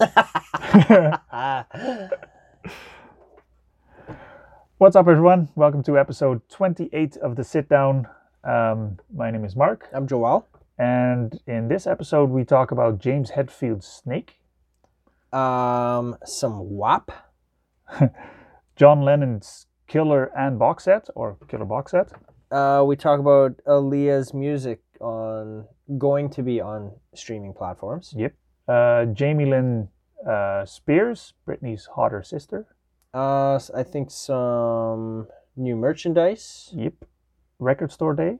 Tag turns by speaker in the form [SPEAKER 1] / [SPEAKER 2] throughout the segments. [SPEAKER 1] Uh,
[SPEAKER 2] What's up, everyone? Welcome to episode 28 of The Sit Down. Um, my name is Mark,
[SPEAKER 1] I'm Joel.
[SPEAKER 2] and in this episode, we talk about James Hetfield's Snake,
[SPEAKER 1] Um, some WAP.
[SPEAKER 2] John Lennon's Killer and Box Set, or Killer Box Set,
[SPEAKER 1] Uh, we talk about Aaliyah's music on going to be on streaming platforms.
[SPEAKER 2] uh, Jamie Lynn uh, Spears, Britney's hotter sister,
[SPEAKER 1] Uh, s- I think some new merchandise,
[SPEAKER 2] Yep, Record Store Day,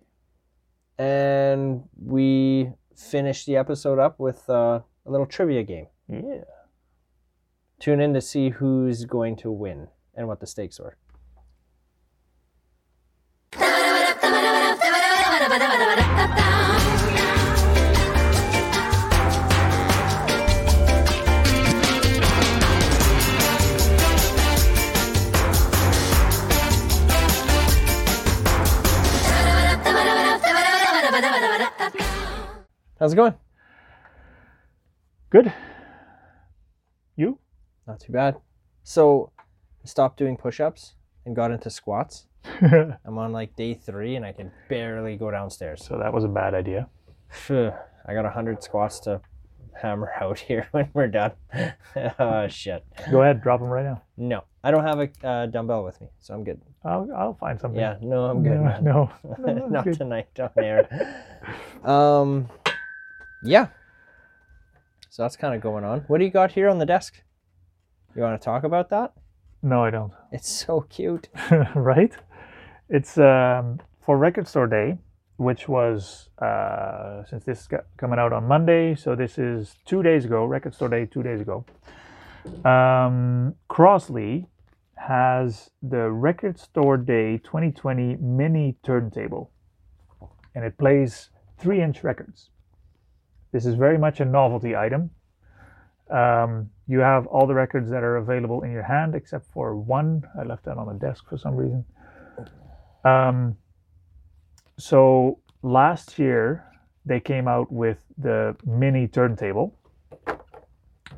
[SPEAKER 1] and we finish the episode up with uh, a little trivia game.
[SPEAKER 2] yeah,
[SPEAKER 1] Tune in to see who's going to win and what the stakes were. How's it going?
[SPEAKER 2] good. You?
[SPEAKER 1] Not too bad. So I stopped doing push ups and got into squats. I'm on like day three and I can barely go downstairs.
[SPEAKER 2] So that was a bad idea.
[SPEAKER 1] Phew, I got 100 squats to hammer out here when we're done. oh, shit.
[SPEAKER 2] Go ahead, drop them right now.
[SPEAKER 1] No, I don't have a uh, dumbbell with me, so I'm good.
[SPEAKER 2] I'll, I'll find something.
[SPEAKER 1] Yeah, no, I'm good.
[SPEAKER 2] No,
[SPEAKER 1] man.
[SPEAKER 2] No,
[SPEAKER 1] Not
[SPEAKER 2] Good.
[SPEAKER 1] tonight on air. um, yeah. So that's kind of going on. What do you got here on the desk? You want to talk about that?
[SPEAKER 2] No, I don't.
[SPEAKER 1] It's so cute.
[SPEAKER 2] right? It's um, for Record Store Day, which was uh, since this is co- coming out on Monday, so this is two days ago. Record Store Day, two days ago. Um, Crossley has the Record Store Day 2020 mini turntable, and it plays three-inch records. This is very much a novelty item. Um, you have all the records that are available in your hand except for one. I left that on the desk for some reason. Um, so last year they came out with the mini turntable,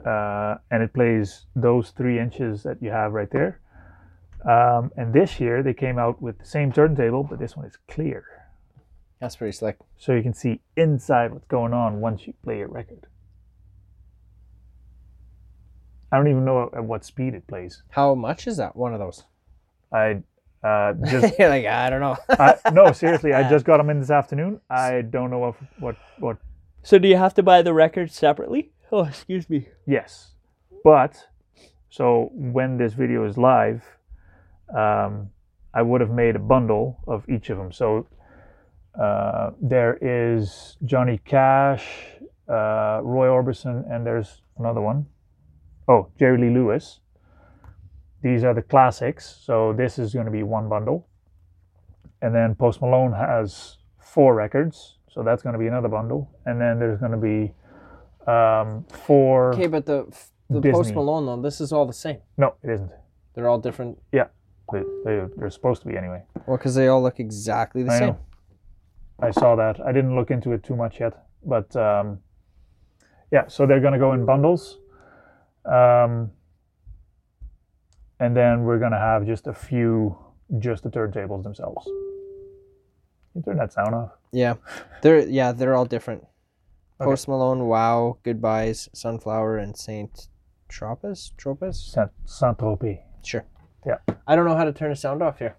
[SPEAKER 2] uh, and it plays those three inches that you have right there. Um, and this year they came out with the same turntable, but this one is clear,
[SPEAKER 1] That's pretty slick.
[SPEAKER 2] so you can see inside what's going on once you play a record. I don't even know at what speed it plays.
[SPEAKER 1] How much is that? One of those?
[SPEAKER 2] I uh, just
[SPEAKER 1] You're like, I don't know.
[SPEAKER 2] I, no, seriously, I just got them in this afternoon. I don't know what what what.
[SPEAKER 1] so do you have to buy the record separately? Oh, excuse me.
[SPEAKER 2] Yes, but so when this video is live, um, I would have made a bundle of each of them. So uh, there is Johnny Cash, uh, Roy Orbison, and there's another one. Oh, Jerry Lee Lewis. These are the classics. So this is going to be one bundle. And then Post Malone has four records. So that's going to be another bundle. And then there's going to be um, four.
[SPEAKER 1] Okay, but the f- the
[SPEAKER 2] Disney.
[SPEAKER 1] Post Malone though, this is all the same.
[SPEAKER 2] No, it isn't.
[SPEAKER 1] They're all different.
[SPEAKER 2] They, they, they're supposed to be anyway.
[SPEAKER 1] Well, because they all look exactly the
[SPEAKER 2] I
[SPEAKER 1] same.
[SPEAKER 2] know. I saw that. I didn't look into it too much yet, but um, yeah. So they're gonna go in bundles, um, and then we're gonna have just a few, just the turntables themselves. You turn that sound off.
[SPEAKER 1] Yeah, they're yeah they're all different.
[SPEAKER 2] Okay.
[SPEAKER 1] Post Malone, Wow, Goodbyes, Sunflower, and Saint Tropez. Tropez.
[SPEAKER 2] Saint Saint Tropez.
[SPEAKER 1] Sure.
[SPEAKER 2] Yeah.
[SPEAKER 1] I don't know how to turn the sound off here.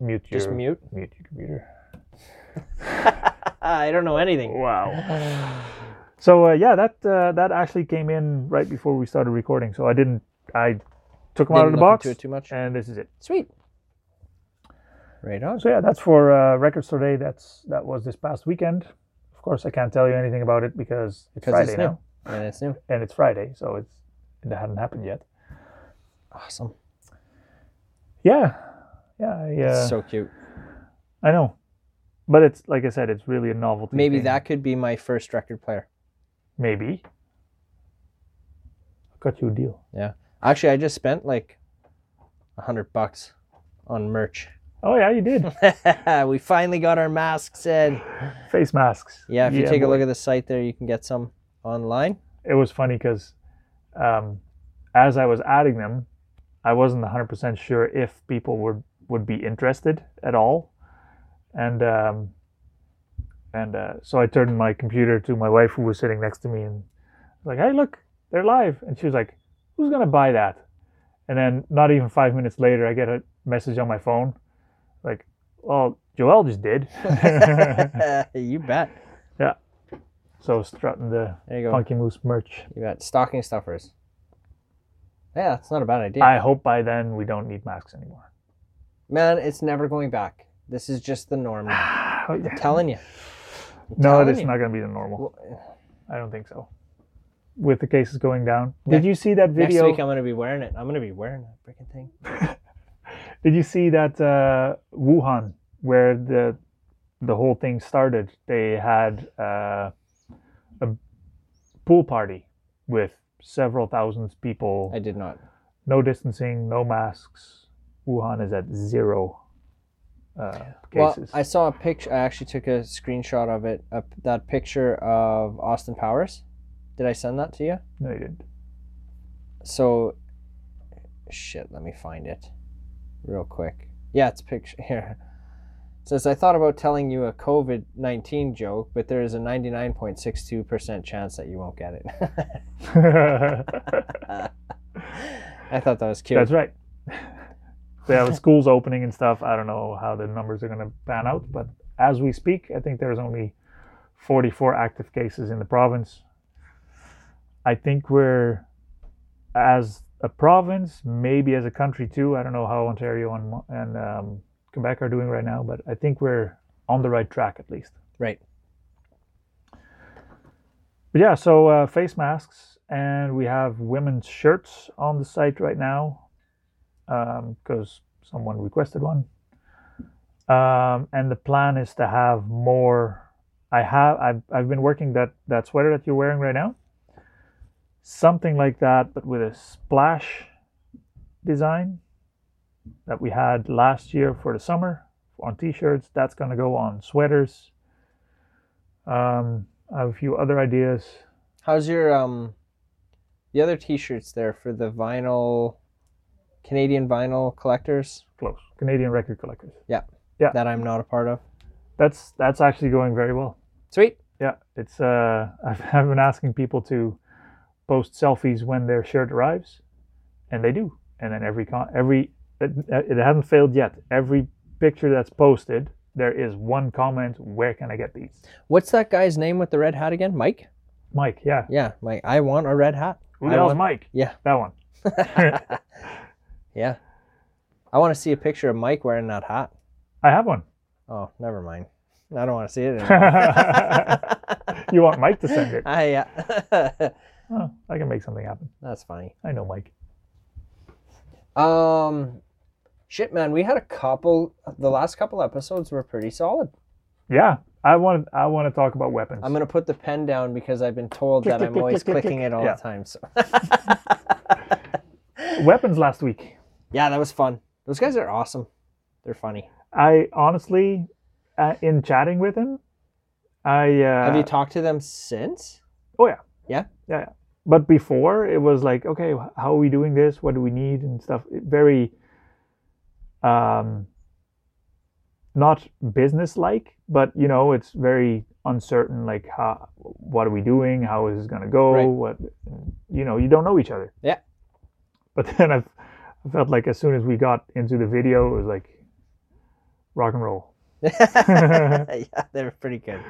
[SPEAKER 2] Mute your
[SPEAKER 1] Just mute.
[SPEAKER 2] mute your computer.
[SPEAKER 1] I don't know anything.
[SPEAKER 2] Wow. So uh, yeah, that uh, that actually came in right before we started recording. So I didn't. I took them out of
[SPEAKER 1] Didn't
[SPEAKER 2] the
[SPEAKER 1] look
[SPEAKER 2] box,
[SPEAKER 1] into it too much.
[SPEAKER 2] and this is it.
[SPEAKER 1] Sweet. Right on.
[SPEAKER 2] So yeah, that's for uh, Record Store Day. That's that was this past weekend. Of course, I can't tell you anything about it because it's
[SPEAKER 1] 'Cause
[SPEAKER 2] Friday
[SPEAKER 1] it's new.
[SPEAKER 2] now,
[SPEAKER 1] And it's new.
[SPEAKER 2] and it's Friday, so it's it hadn't happened yet.
[SPEAKER 1] Awesome.
[SPEAKER 2] Yeah, yeah, yeah.
[SPEAKER 1] It's so cute.
[SPEAKER 2] I know, but it's like I said, it's really a novelty.
[SPEAKER 1] Maybe
[SPEAKER 2] thing.
[SPEAKER 1] that could be my first record player.
[SPEAKER 2] maybe. I got you a deal.
[SPEAKER 1] Actually, I just spent like a hundred bucks on merch.
[SPEAKER 2] Oh yeah, you did.
[SPEAKER 1] we finally got our masks in.
[SPEAKER 2] Face masks.
[SPEAKER 1] Yeah, if you take
[SPEAKER 2] boy.
[SPEAKER 1] a look at the site there, you can get some online.
[SPEAKER 2] it was funny because um, as I was adding them, I wasn't 100% sure if people would would be interested at all, and um, and uh, so I turned my computer to my wife who was sitting next to me and was like, "Hey, look, they're live!" And she was like, "Who's gonna buy that?" And then not even five minutes later, I get a message on my phone, like, "Well, Joel just did."
[SPEAKER 1] you bet.
[SPEAKER 2] so strutting the
[SPEAKER 1] There you go.
[SPEAKER 2] Funky Moose merch.
[SPEAKER 1] You got stocking stuffers. Yeah, that's not a bad idea.
[SPEAKER 2] I hope by then we don't need masks anymore.
[SPEAKER 1] Man, it's never going back. This is just the norm. now.
[SPEAKER 2] Oh, yeah.
[SPEAKER 1] telling you.
[SPEAKER 2] No,
[SPEAKER 1] telling
[SPEAKER 2] it is
[SPEAKER 1] you.
[SPEAKER 2] not going to be the normal.
[SPEAKER 1] Well,
[SPEAKER 2] I don't think so. With the cases going down,
[SPEAKER 1] Ne-
[SPEAKER 2] did you see that
[SPEAKER 1] Next
[SPEAKER 2] video?
[SPEAKER 1] week I'm gonna be wearing it. I'm gonna be wearing that freaking thing.
[SPEAKER 2] Did you see that uh, Wuhan, where the the whole thing started? They had uh, a pool party with several thousands people.
[SPEAKER 1] I did not.
[SPEAKER 2] No distancing, no masks. Wuhan is at zero uh, cases.
[SPEAKER 1] Well, I saw a picture. I actually took a screenshot of it. Up that picture of Austin Powers. Did I send that to you?
[SPEAKER 2] no, you didn't.
[SPEAKER 1] So, shit. Let me find it, real quick. Yeah, it's a picture here. It says I thought about telling you a COVID nineteen joke, but there is a ninety nine point six two percent chance that you won't get it. I thought that was cute.
[SPEAKER 2] That's right. yeah, with schools opening and stuff, I don't know how the numbers are going to pan out. But as we speak, I think there's only 44 active cases in the province. I think we're, as a province, maybe as a country too. I don't know how Ontario and, Mo- and um, Quebec are doing right now, but I think we're on the right track at least.
[SPEAKER 1] right.
[SPEAKER 2] But yeah, so uh, face masks, and we have women's shirts on the site right now because someone requested one. Um, and the plan is to have more. I have I've, I've been working that that sweater that you're wearing right now. Something like that, but with a splash design that we had last year for the summer on t-shirts. That's gonna go on sweaters. Um, I have a few other ideas.
[SPEAKER 1] How's your um the other t-shirts there for the vinyl Canadian vinyl collectors
[SPEAKER 2] Close. Canadian record collectors.
[SPEAKER 1] that I'm not a part of?
[SPEAKER 2] That's that's actually going very well.
[SPEAKER 1] Sweet.
[SPEAKER 2] Yeah, it's uh, I've, I've been asking people to post selfies when their shirt arrives, and they do. And then every con- every it, it hasn't failed yet. Every picture that's posted, there is one comment. Where can I get these?
[SPEAKER 1] What's that guy's name with the red hat again? Mike?
[SPEAKER 2] Mike. Yeah.
[SPEAKER 1] Yeah, Mike. I want a red hat.
[SPEAKER 2] Who
[SPEAKER 1] I
[SPEAKER 2] the hell's
[SPEAKER 1] want-
[SPEAKER 2] Mike?
[SPEAKER 1] Yeah.
[SPEAKER 2] That one. I
[SPEAKER 1] Yeah. I want to see a picture of Mike wearing that hat.
[SPEAKER 2] have one.
[SPEAKER 1] Oh, never mind. I don't want to see it anymore.
[SPEAKER 2] you want Mike to send it?
[SPEAKER 1] I, yeah.
[SPEAKER 2] Oh, I can make something happen.
[SPEAKER 1] That's funny.
[SPEAKER 2] I know Mike.
[SPEAKER 1] Um, shit, man, we had a couple. The last couple episodes were pretty solid.
[SPEAKER 2] Yeah, I want I want to talk about weapons.
[SPEAKER 1] I'm gonna put the pen down because I've been told
[SPEAKER 2] Click,
[SPEAKER 1] that
[SPEAKER 2] click,
[SPEAKER 1] I'm
[SPEAKER 2] click,
[SPEAKER 1] always
[SPEAKER 2] click, click,
[SPEAKER 1] clicking it all
[SPEAKER 2] Yeah.
[SPEAKER 1] the time. So,
[SPEAKER 2] weapons last week.
[SPEAKER 1] yeah, that was fun. Those guys are awesome. They're funny.
[SPEAKER 2] I honestly, uh, in chatting with him, I uh,
[SPEAKER 1] Have you talked to them since?
[SPEAKER 2] but before it was like, okay, wh- how are we doing this? What do we need and stuff? It- Very, um, not business like, but you know, it's very uncertain. Like, how, what are we doing? How is this gonna go?
[SPEAKER 1] Right.
[SPEAKER 2] What, you know, you don't know each other.
[SPEAKER 1] Yeah.
[SPEAKER 2] But then I've, I felt like as soon as we got into the video, it was like, rock and roll.
[SPEAKER 1] yeah, they were pretty good.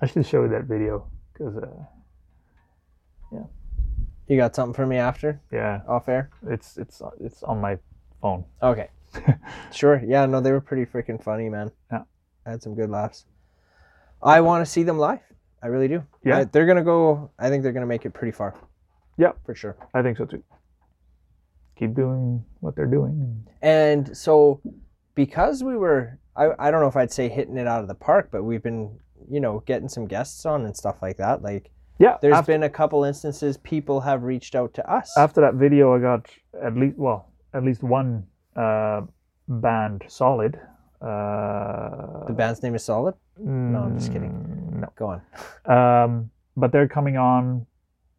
[SPEAKER 2] I should show you that video because uh,
[SPEAKER 1] You got something for me after
[SPEAKER 2] yeah,
[SPEAKER 1] off air?
[SPEAKER 2] it's it's it's on my phone.
[SPEAKER 1] Okay. sure. Yeah. No, they were pretty freaking funny, man.
[SPEAKER 2] Yeah.
[SPEAKER 1] I had some good laughs. I want to see them live. I really do.
[SPEAKER 2] Yeah.
[SPEAKER 1] I- they're gonna go. I think they're gonna make it pretty far.
[SPEAKER 2] Yeah.
[SPEAKER 1] For sure.
[SPEAKER 2] I think so too. Keep doing what they're doing.
[SPEAKER 1] And so, because we were, I, I don't know if I'd say hitting it out of the park, but we've been, you know, getting some guests on and stuff like that. Like,
[SPEAKER 2] Yeah,
[SPEAKER 1] there's
[SPEAKER 2] after,
[SPEAKER 1] been a couple instances people have reached out to us.
[SPEAKER 2] after that video, I got at least well, at least one uh, band solid. Uh,
[SPEAKER 1] the band's name is Solid.
[SPEAKER 2] no,
[SPEAKER 1] I'm just kidding.
[SPEAKER 2] No,
[SPEAKER 1] Go on.
[SPEAKER 2] um, but they're coming on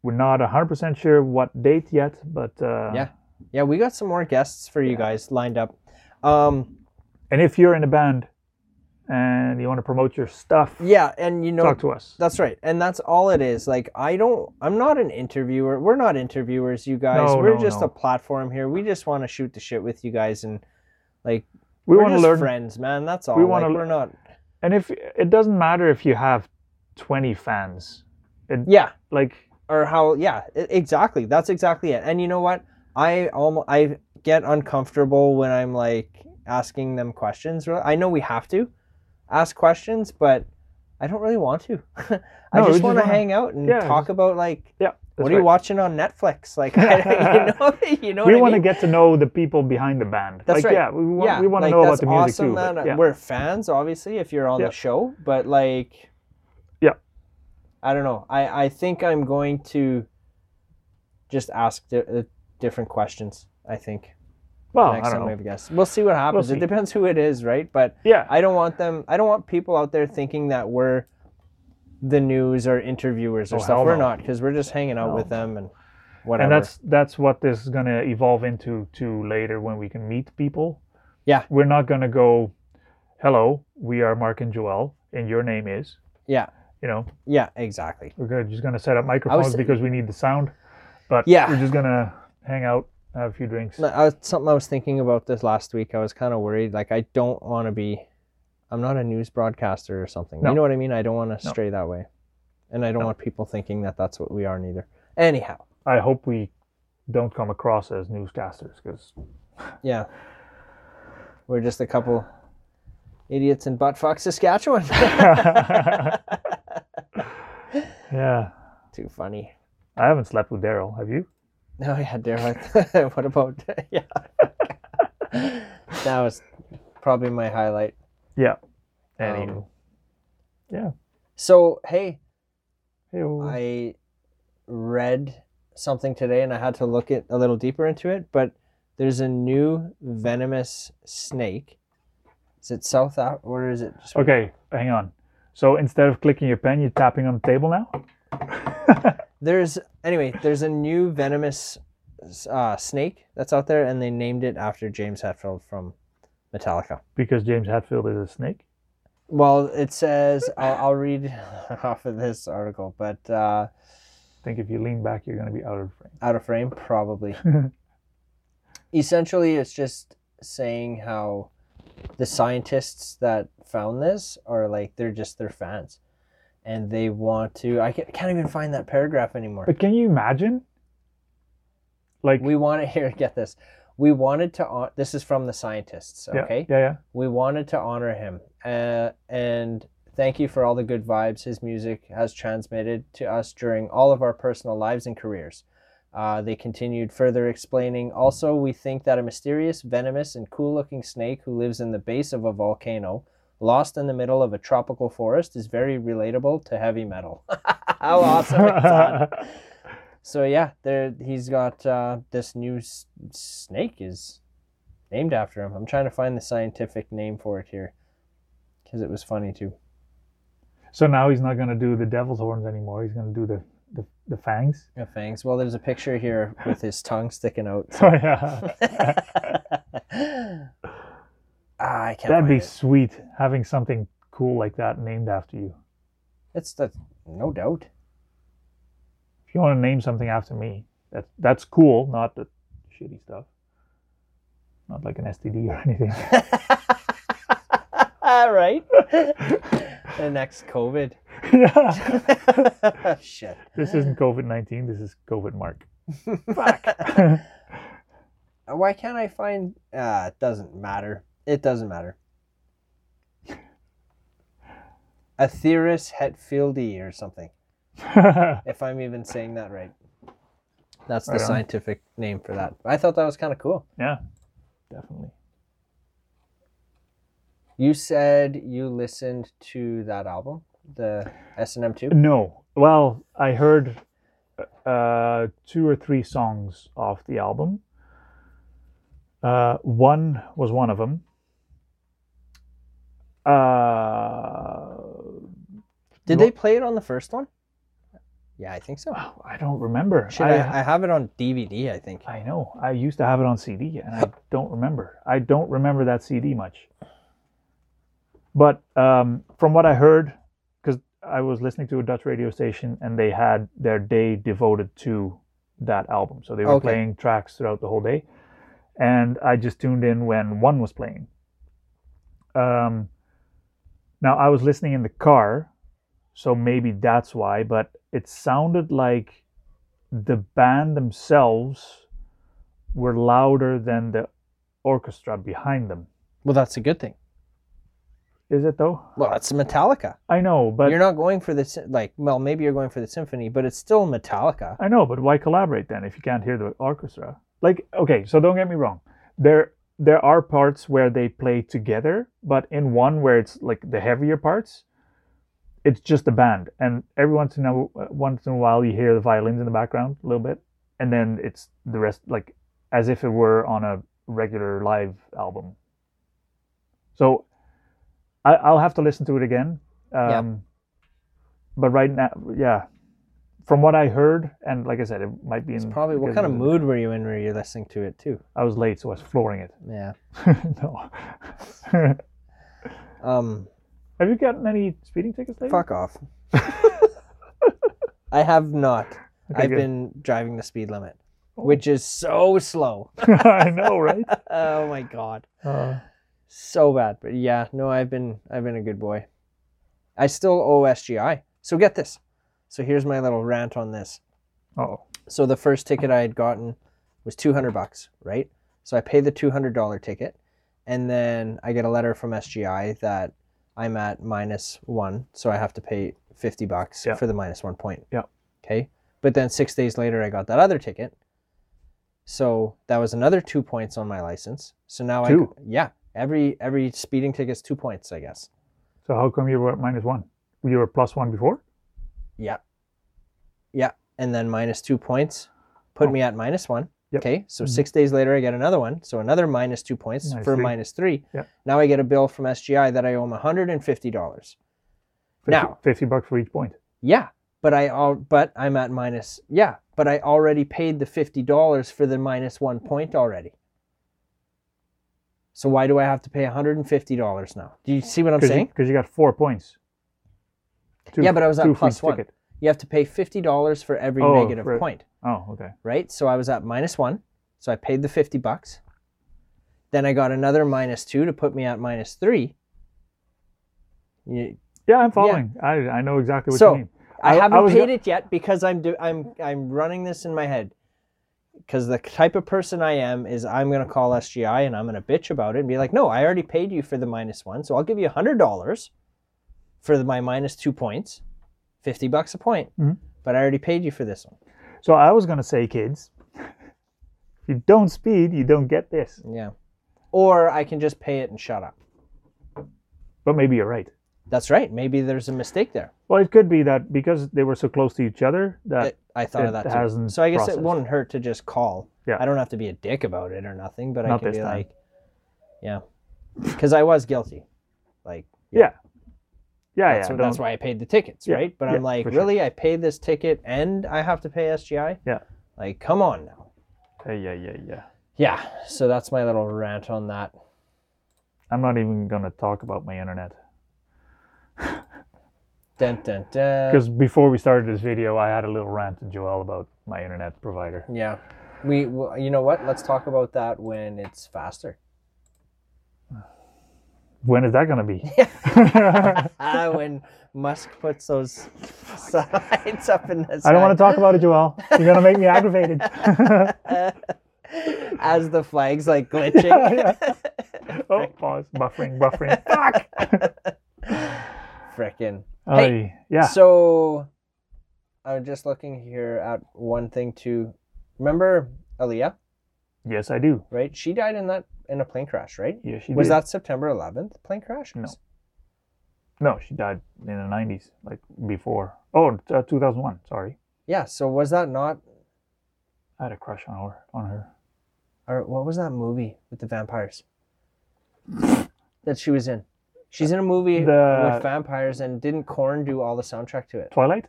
[SPEAKER 2] We're not 100% sure what date yet, but uh,
[SPEAKER 1] Yeah. Yeah, we got some more guests for you guys lined up. Um,
[SPEAKER 2] And if you're in a band and you want to promote your stuff,
[SPEAKER 1] yeah, and you know,
[SPEAKER 2] talk to us.
[SPEAKER 1] That's right. And that's all it is. Like I don't I'm not an interviewer. We're not interviewers, you guys.
[SPEAKER 2] No,
[SPEAKER 1] We're
[SPEAKER 2] no,
[SPEAKER 1] just
[SPEAKER 2] no.
[SPEAKER 1] a platform here. We just want to shoot the shit with you guys and
[SPEAKER 2] We
[SPEAKER 1] are
[SPEAKER 2] want to
[SPEAKER 1] just
[SPEAKER 2] learn.
[SPEAKER 1] friends, man. That's all.
[SPEAKER 2] we
[SPEAKER 1] We
[SPEAKER 2] wanna
[SPEAKER 1] like,
[SPEAKER 2] lear-
[SPEAKER 1] we're not
[SPEAKER 2] And if it doesn't matter if you have 20 fans,
[SPEAKER 1] Yeah,
[SPEAKER 2] like
[SPEAKER 1] or how yeah, e- exactly. That's exactly it. And you know what? I almost I get uncomfortable when I'm like asking them questions. Really. I know we have to ask questions, but I don't really want to. I
[SPEAKER 2] No, we
[SPEAKER 1] just
[SPEAKER 2] just
[SPEAKER 1] want to
[SPEAKER 2] wanna-
[SPEAKER 1] hang out and
[SPEAKER 2] yeah,
[SPEAKER 1] talk about like
[SPEAKER 2] that's
[SPEAKER 1] what are you
[SPEAKER 2] right.
[SPEAKER 1] watching on Netflix? Like, I, you know, you know
[SPEAKER 2] we
[SPEAKER 1] what I
[SPEAKER 2] want to
[SPEAKER 1] mean?
[SPEAKER 2] get to know the people behind the band.
[SPEAKER 1] That's
[SPEAKER 2] like,
[SPEAKER 1] right.
[SPEAKER 2] Yeah, we want,
[SPEAKER 1] yeah,
[SPEAKER 2] we want
[SPEAKER 1] like,
[SPEAKER 2] to know about
[SPEAKER 1] that's
[SPEAKER 2] the music
[SPEAKER 1] awesome,
[SPEAKER 2] too.
[SPEAKER 1] Man.
[SPEAKER 2] but yeah.
[SPEAKER 1] We're fans, obviously, if you're on
[SPEAKER 2] Yeah.
[SPEAKER 1] the show, but like,
[SPEAKER 2] Yeah.
[SPEAKER 1] I don't know. I I think I'm going to just ask di- uh, different questions. I think
[SPEAKER 2] Well, Oh, I
[SPEAKER 1] next
[SPEAKER 2] don't
[SPEAKER 1] time we
[SPEAKER 2] know.
[SPEAKER 1] have guests, we'll see what happens.
[SPEAKER 2] see.
[SPEAKER 1] It depends who it is, right? But
[SPEAKER 2] Yeah,
[SPEAKER 1] I don't want them. I don't want people out there thinking that we're the news or interviewers or
[SPEAKER 2] Oh, hell
[SPEAKER 1] stuff. We're
[SPEAKER 2] no.
[SPEAKER 1] not because we're just hanging out
[SPEAKER 2] No.
[SPEAKER 1] with them and
[SPEAKER 2] and
[SPEAKER 1] whatever.
[SPEAKER 2] that's that's what this is gonna evolve into to later when we can meet people.
[SPEAKER 1] Yeah.
[SPEAKER 2] we're not gonna go. Hello, we are Mark and Joel, and your name is.
[SPEAKER 1] Yeah.
[SPEAKER 2] You know,
[SPEAKER 1] yeah, exactly.
[SPEAKER 2] we're gonna, just gonna set up microphones
[SPEAKER 1] say-
[SPEAKER 2] because we need the sound, but
[SPEAKER 1] Yeah.
[SPEAKER 2] we're just gonna hang out, have a few drinks.
[SPEAKER 1] No, I was, something I was thinking about this last week. I was kind of worried. Like, I don't want to be. I'm not a news broadcaster or something.
[SPEAKER 2] No.
[SPEAKER 1] You know what I mean? I don't want to stray that way, and I don't want people thinking that that's what we are neither. Anyhow,
[SPEAKER 2] I hope we don't come across as newscasters because
[SPEAKER 1] yeah, we're just a couple idiots in buttfuck Saskatchewan.
[SPEAKER 2] yeah,
[SPEAKER 1] Too funny.
[SPEAKER 2] I haven't slept with Daryl. Have you?
[SPEAKER 1] Oh yeah, Daryl. what about yeah? that was probably my highlight.
[SPEAKER 2] Yeah. And
[SPEAKER 1] Um,
[SPEAKER 2] yeah.
[SPEAKER 1] So hey,
[SPEAKER 2] he- Hey-o.
[SPEAKER 1] I read something today and I had to look it a little deeper into it, but there's a new venomous snake. Is it South Africa or is it just
[SPEAKER 2] Okay, hang on. So instead of clicking your pen, you're tapping on the table now.
[SPEAKER 1] There's anyway, there's a new venomous uh, snake that's out there and they named it after James Hetfield from Metallica.
[SPEAKER 2] Because James Hatfield is a snake.
[SPEAKER 1] Well, it says I'll, I'll read off of this article, but uh,
[SPEAKER 2] I think if you lean back, you're going to be out of frame.
[SPEAKER 1] out of frame probably.
[SPEAKER 2] Hmm.
[SPEAKER 1] essentially it's just saying how the scientists that found this are like they're just their fans and they want to i ca- can't even find that paragraph anymore
[SPEAKER 2] But can you imagine? Like,
[SPEAKER 1] we want to here get this we wanted to hon- this is from the scientists
[SPEAKER 2] yeah,
[SPEAKER 1] okay
[SPEAKER 2] yeah, yeah.
[SPEAKER 1] we wanted to honor him uh, and thank you for all the good vibes his music has transmitted to us during all of our personal lives and careers. Uh, they continued further explaining also, we think that a mysterious, venomous, and cool looking snake who lives in the base of a volcano, lost in the middle of a tropical forest, is very relatable to heavy metal. How awesome is that? So yeah, there he's got uh, this new s- snake is named after him. I'm trying to find the scientific name for it here because it was funny too.
[SPEAKER 2] so now he's not going to do the devil's horns anymore. He's going to do the, the, the fangs.
[SPEAKER 1] No Oh, thanks. Well, there's a picture here with his tongue sticking out.
[SPEAKER 2] So, yeah.
[SPEAKER 1] ah, I can't.
[SPEAKER 2] That'd
[SPEAKER 1] find
[SPEAKER 2] be
[SPEAKER 1] it.
[SPEAKER 2] sweet having something cool like that named after you.
[SPEAKER 1] It's the no doubt.
[SPEAKER 2] If you want to name something after me, that's, that's cool, not the shitty stuff. Not like an STD or anything.
[SPEAKER 1] All right. the next COVID.
[SPEAKER 2] yeah.
[SPEAKER 1] Shit.
[SPEAKER 2] This isn't COVID 19. This is COVID Mark.
[SPEAKER 1] Why can't I find? Uh, it doesn't matter. It doesn't matter. A theorist Hetfieldy or something. If I'm even saying that right. That's the
[SPEAKER 2] Right on.
[SPEAKER 1] scientific name for that. I thought that was kind of cool.
[SPEAKER 2] yeah, definitely.
[SPEAKER 1] You said you listened to that album, the S and M two.
[SPEAKER 2] No. Well, I heard uh, two or three songs off the album. Uh, one was one of them. Uh,
[SPEAKER 1] Did
[SPEAKER 2] No. Uh,
[SPEAKER 1] they play it on the first one? Yeah, I think so.
[SPEAKER 2] Wow, I don't remember.
[SPEAKER 1] Should I, I have it on DVD, I think.
[SPEAKER 2] I know. I used to have it on CD, and I don't remember. I don't remember that CD much. But um, from what I heard, because I was listening to a Dutch radio station, and they had their day devoted to that album, so they were
[SPEAKER 1] Okay.
[SPEAKER 2] playing tracks throughout the whole day, and I just tuned in when one was playing. Um, now I was listening in the car, so maybe that's why. But it sounded like the band themselves were louder than the orchestra behind them.
[SPEAKER 1] Well, that's a good thing.
[SPEAKER 2] Is it though?
[SPEAKER 1] Well, it's Metallica.
[SPEAKER 2] I know, but
[SPEAKER 1] you're not going for the sym- like. Well, maybe you're going for the symphony, but it's still Metallica.
[SPEAKER 2] I know, but why collaborate then if you can't hear the orchestra? Like, okay, so don't get me wrong. There there are parts where they play together, but in one where it's like the heavier parts, it's just a band, and every once in a once in a while you hear the violins in the background a little bit, and then it's the rest like as if it were on a regular live album. So I, I'll have to listen to it again. Um,
[SPEAKER 1] Yeah.
[SPEAKER 2] But right now, yeah. From what I heard, and like I said, it might be
[SPEAKER 1] It's
[SPEAKER 2] in
[SPEAKER 1] probably what
[SPEAKER 2] because
[SPEAKER 1] kind of
[SPEAKER 2] it was-
[SPEAKER 1] mood were you in where you're listening to it too?
[SPEAKER 2] I was late, so I was flooring it.
[SPEAKER 1] Yeah.
[SPEAKER 2] no.
[SPEAKER 1] Um.
[SPEAKER 2] have you gotten any speeding tickets lately?
[SPEAKER 1] Fuck off. I have not.
[SPEAKER 2] Okay,
[SPEAKER 1] I've
[SPEAKER 2] good.
[SPEAKER 1] been driving the speed limit,
[SPEAKER 2] Oh.
[SPEAKER 1] which is so slow.
[SPEAKER 2] I know, right?
[SPEAKER 1] oh my god,
[SPEAKER 2] Uh,
[SPEAKER 1] so bad. But yeah, no, I've been I've been a good boy. I still owe SGI. So get this. So here's my little rant on this.
[SPEAKER 2] oh,
[SPEAKER 1] So the first ticket I had gotten was 200 bucks, right? So I pay the $200 ticket and then I get a letter from SGI that I'm at minus 1, so I have to pay 50 bucks
[SPEAKER 2] Yeah.
[SPEAKER 1] for the minus 1 point.
[SPEAKER 2] Yeah.
[SPEAKER 1] Okay? But then 6 days later I got that other ticket. So that was another 2 points on my license. So now I
[SPEAKER 2] Two?
[SPEAKER 1] yeah, every every speeding ticket's 2 points, I guess.
[SPEAKER 2] so how come you were at minus one? You were plus one before?
[SPEAKER 1] Yeah. Yeah. And then minus two points put
[SPEAKER 2] Oh.
[SPEAKER 1] me at minus one.
[SPEAKER 2] Yep.
[SPEAKER 1] Okay. So
[SPEAKER 2] Mhm.
[SPEAKER 1] six days later, I get another one. So another minus two points
[SPEAKER 2] Minus
[SPEAKER 1] for
[SPEAKER 2] three.
[SPEAKER 1] minus three.
[SPEAKER 2] Yep.
[SPEAKER 1] Now I get a bill from SGI that I owe them $150.
[SPEAKER 2] 50,
[SPEAKER 1] Now.
[SPEAKER 2] 50 bucks for each point.
[SPEAKER 1] Yeah. But I all but I'm at minus yeah, but I already paid the fifty dollars for the minus one point already. So why do I have to pay $150 now? Do you see what I'm
[SPEAKER 2] Because
[SPEAKER 1] saying?
[SPEAKER 2] you, 'cause you got four points. Two,
[SPEAKER 1] Yeah, but I was at
[SPEAKER 2] two for
[SPEAKER 1] plus
[SPEAKER 2] each
[SPEAKER 1] one.
[SPEAKER 2] ticket.
[SPEAKER 1] You have to pay $50 for every
[SPEAKER 2] Oh,
[SPEAKER 1] negative
[SPEAKER 2] for-
[SPEAKER 1] point.
[SPEAKER 2] Oh, okay.
[SPEAKER 1] right? So I was at minus one. So I paid the 50 bucks. Then I got another minus two to put me at minus three. You-
[SPEAKER 2] Yeah, I'm following. I, I know exactly what
[SPEAKER 1] So,
[SPEAKER 2] you mean.
[SPEAKER 1] I,
[SPEAKER 2] I- I
[SPEAKER 1] haven't
[SPEAKER 2] was
[SPEAKER 1] paid
[SPEAKER 2] go-
[SPEAKER 1] it yet because I'm do, I'm I'm running this in my head. Because the type of person I am is I'm gonna call SGI and I'm gonna bitch about it and be like, no, I already paid you for the minus one, so I'll give you hundred dollars for the, my minus two points, fifty bucks a point.
[SPEAKER 2] Mhm.
[SPEAKER 1] But I already paid you for this one.
[SPEAKER 2] So I was gonna say, kids, if you don't speed, you don't get this.
[SPEAKER 1] Yeah. Or I can just pay it and shut up.
[SPEAKER 2] But maybe you're right.
[SPEAKER 1] That's right. Maybe there's a mistake there.
[SPEAKER 2] Well, it could be that because they were so close to each other that
[SPEAKER 1] I, I thought
[SPEAKER 2] it
[SPEAKER 1] of that too.
[SPEAKER 2] hasn't
[SPEAKER 1] so I guess it
[SPEAKER 2] processed.
[SPEAKER 1] wouldn't hurt to just call.
[SPEAKER 2] Yeah.
[SPEAKER 1] I don't have to be a dick about it or nothing, but I
[SPEAKER 2] Not
[SPEAKER 1] can
[SPEAKER 2] this
[SPEAKER 1] be
[SPEAKER 2] time.
[SPEAKER 1] like, yeah, because I was guilty. Like
[SPEAKER 2] yeah,
[SPEAKER 1] that's,
[SPEAKER 2] yeah,
[SPEAKER 1] what- that's
[SPEAKER 2] don't-
[SPEAKER 1] why I paid the tickets,
[SPEAKER 2] Yeah,
[SPEAKER 1] right? But
[SPEAKER 2] yeah,
[SPEAKER 1] I'm like,
[SPEAKER 2] for sure.
[SPEAKER 1] really? I paid this ticket and I have to pay SGI?
[SPEAKER 2] Yeah.
[SPEAKER 1] Like, come on now.
[SPEAKER 2] yeah, yeah, yeah, yeah.
[SPEAKER 1] Yeah. So that's my little rant on that.
[SPEAKER 2] I'm not even gonna talk about my internet
[SPEAKER 1] Dun dun dun.
[SPEAKER 2] because before we started this video, I had a little rant to Joel about my internet provider.
[SPEAKER 1] Yeah. We, well, you know what? Let's talk about that when it's faster.
[SPEAKER 2] When is that gonna be?
[SPEAKER 1] Ah, when Musk puts those signs up in the
[SPEAKER 2] I don't want
[SPEAKER 1] sky.
[SPEAKER 2] to talk about it, Joel. You're gonna make me aggravated.
[SPEAKER 1] as the flag's like glitching.
[SPEAKER 2] oh, pause. Buffering, buffering. Fuck.
[SPEAKER 1] Frickin'.
[SPEAKER 2] Hey. Oh, yeah.
[SPEAKER 1] So I'm just looking here at one thing too. Remember Aaliyah,
[SPEAKER 2] Yes, I do.
[SPEAKER 1] right? She died in that in a plane crash, right?
[SPEAKER 2] Yeah, she
[SPEAKER 1] Was
[SPEAKER 2] did.
[SPEAKER 1] that September 11th plane crash?
[SPEAKER 2] No. No, she died in the 90s, like before. Oh, t- uh, 2001. Sorry,
[SPEAKER 1] Yeah. So was that not?
[SPEAKER 2] I had a crush on her. On her.
[SPEAKER 1] Or what was that movie with the vampires that she was in? She's in a movie
[SPEAKER 2] The-
[SPEAKER 1] with vampires, and didn't Korn do all the soundtrack to it?
[SPEAKER 2] Twilight.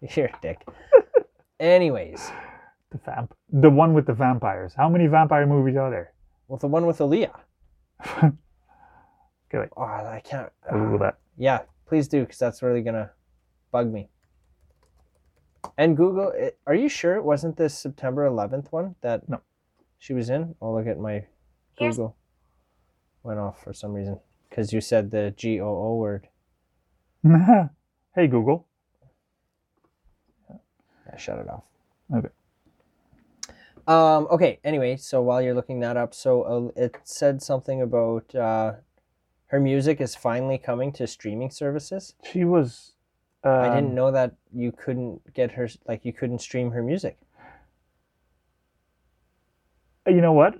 [SPEAKER 1] You're a dick. Anyways,
[SPEAKER 2] The vamp, the one with the vampires. How many vampire movies are there?
[SPEAKER 1] well, the one with Aaliyah.
[SPEAKER 2] wait.
[SPEAKER 1] Oh, I can't. uh,
[SPEAKER 2] I'll Google that.
[SPEAKER 1] yeah, please do, because that's really gonna bug me. And Google, i- are you sure it wasn't this September 11th one that
[SPEAKER 2] No.
[SPEAKER 1] she was in? Oh, look at my
[SPEAKER 3] Here's-
[SPEAKER 1] Google went off for some reason because you said the G O O word.
[SPEAKER 2] hey Google.
[SPEAKER 1] Yeah, shut it off.
[SPEAKER 2] Okay.
[SPEAKER 1] Um, okay. Anyway, so while you're looking that up, so uh, it said something about uh, her music is finally coming to streaming services.
[SPEAKER 2] She was. Um,
[SPEAKER 1] I didn't know that you couldn't get her like you couldn't stream her music.
[SPEAKER 2] You know what?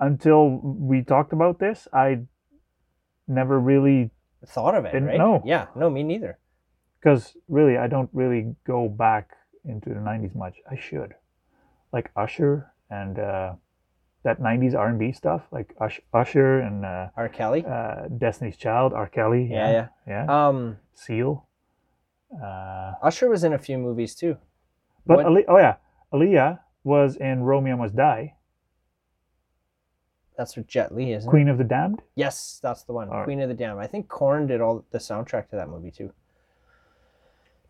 [SPEAKER 2] Until we talked about this, I never really
[SPEAKER 1] Thought of it,
[SPEAKER 2] Didn't
[SPEAKER 1] right?
[SPEAKER 2] know.
[SPEAKER 1] Yeah. No, me neither.
[SPEAKER 2] because really I don't really go back into the '90s much. I should, like Usher and uh, that '90s R&B stuff, like Ush- Usher and uh,
[SPEAKER 1] R. Kelly.
[SPEAKER 2] uh, Destiny's Child, R. Kelly.
[SPEAKER 1] yeah, yeah.
[SPEAKER 2] yeah.
[SPEAKER 1] Um,
[SPEAKER 2] Seal. Uh,
[SPEAKER 1] Usher was in a few movies too.
[SPEAKER 2] but
[SPEAKER 1] What-
[SPEAKER 2] Ali- oh yeah, Aaliyah was in Romeo Must Die,
[SPEAKER 1] That's what Jet Li is. not
[SPEAKER 2] Queen of the Damned.
[SPEAKER 1] Yes, that's the one.
[SPEAKER 2] All right.
[SPEAKER 1] Queen of the Dam. I think Korn did all the soundtrack to that movie too.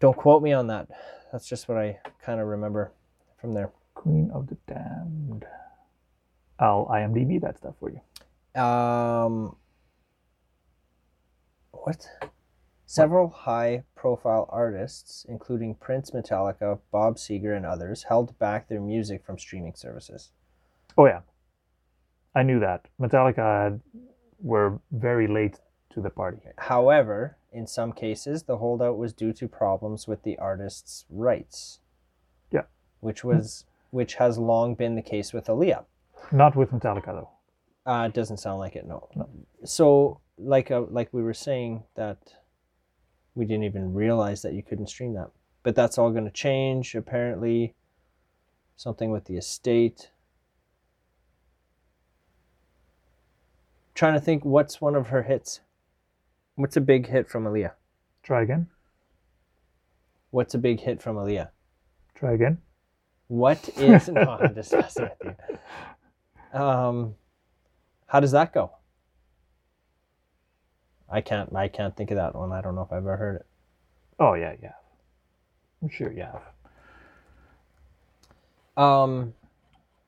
[SPEAKER 1] Don't quote me on that. That's just what I kind of remember from there.
[SPEAKER 2] Queen of the Damned. I'll IMDb that stuff for you.
[SPEAKER 1] Um, what? Several high profile artists, including Prince, Metallica, Bob Seger, and others, held back their music from streaming services.
[SPEAKER 2] Oh yeah, I knew that. Metallica had, were very late to the party.
[SPEAKER 1] However, in some cases, the holdout was due to problems with the artist's rights.
[SPEAKER 2] Yeah.
[SPEAKER 1] Which was which has long been the case with Aaliyah.
[SPEAKER 2] Not with Metallica though.
[SPEAKER 1] Uh, it doesn't sound like it. No.
[SPEAKER 2] No.
[SPEAKER 1] So, like, uh, like we were saying that we didn't even realize that you couldn't stream that, but that's all going to change apparently. Something with the estate. Trying to think, what's one of her hits? What's a big hit from Aaliyah?
[SPEAKER 2] Try again.
[SPEAKER 1] What's a big hit from Aaliyah?
[SPEAKER 2] Try again.
[SPEAKER 1] What is? no, I'm just messing with you. Um, how does that go? I can't. I can't think of that one. I don't know if I've ever heard it.
[SPEAKER 2] Oh yeah, yeah. I'm sure you have.
[SPEAKER 1] Um,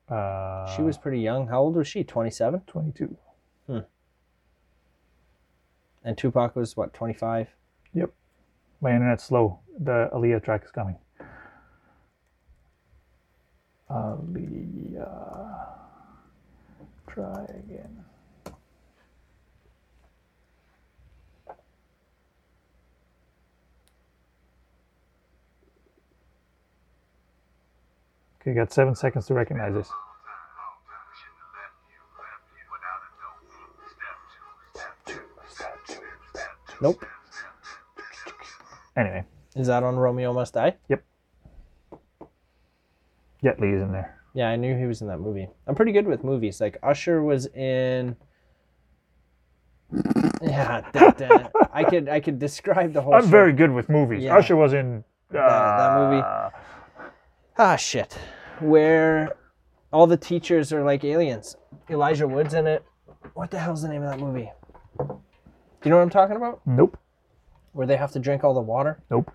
[SPEAKER 2] Uh,
[SPEAKER 1] she was pretty young. How old was she? Twenty-seven.
[SPEAKER 2] 22.
[SPEAKER 1] And Tupac was what? Twenty-five.
[SPEAKER 2] My internet's slow. The Aaliyah track is coming. Aaliyah. Try again. Okay, you got seven seconds to recognize this.
[SPEAKER 1] Nope.
[SPEAKER 2] Anyway,
[SPEAKER 1] Is that on Romeo Must Die?
[SPEAKER 2] Jet Li is in there.
[SPEAKER 1] Yeah, I knew he was in that movie. I'm pretty good with movies. Like Usher was in. Yeah, da- da- I could I could describe the whole.
[SPEAKER 2] I'm
[SPEAKER 1] show.
[SPEAKER 2] very good with movies.
[SPEAKER 1] Oh, Yeah.
[SPEAKER 2] Usher was in
[SPEAKER 1] that movie.
[SPEAKER 2] uh,
[SPEAKER 1] Ah, shit. Where all the teachers are like aliens. Elijah Wood's in it. What the hell's the name of that movie? Do you know what I'm talking about?
[SPEAKER 2] Nope.
[SPEAKER 1] Where they have to drink all the water?
[SPEAKER 2] Nope.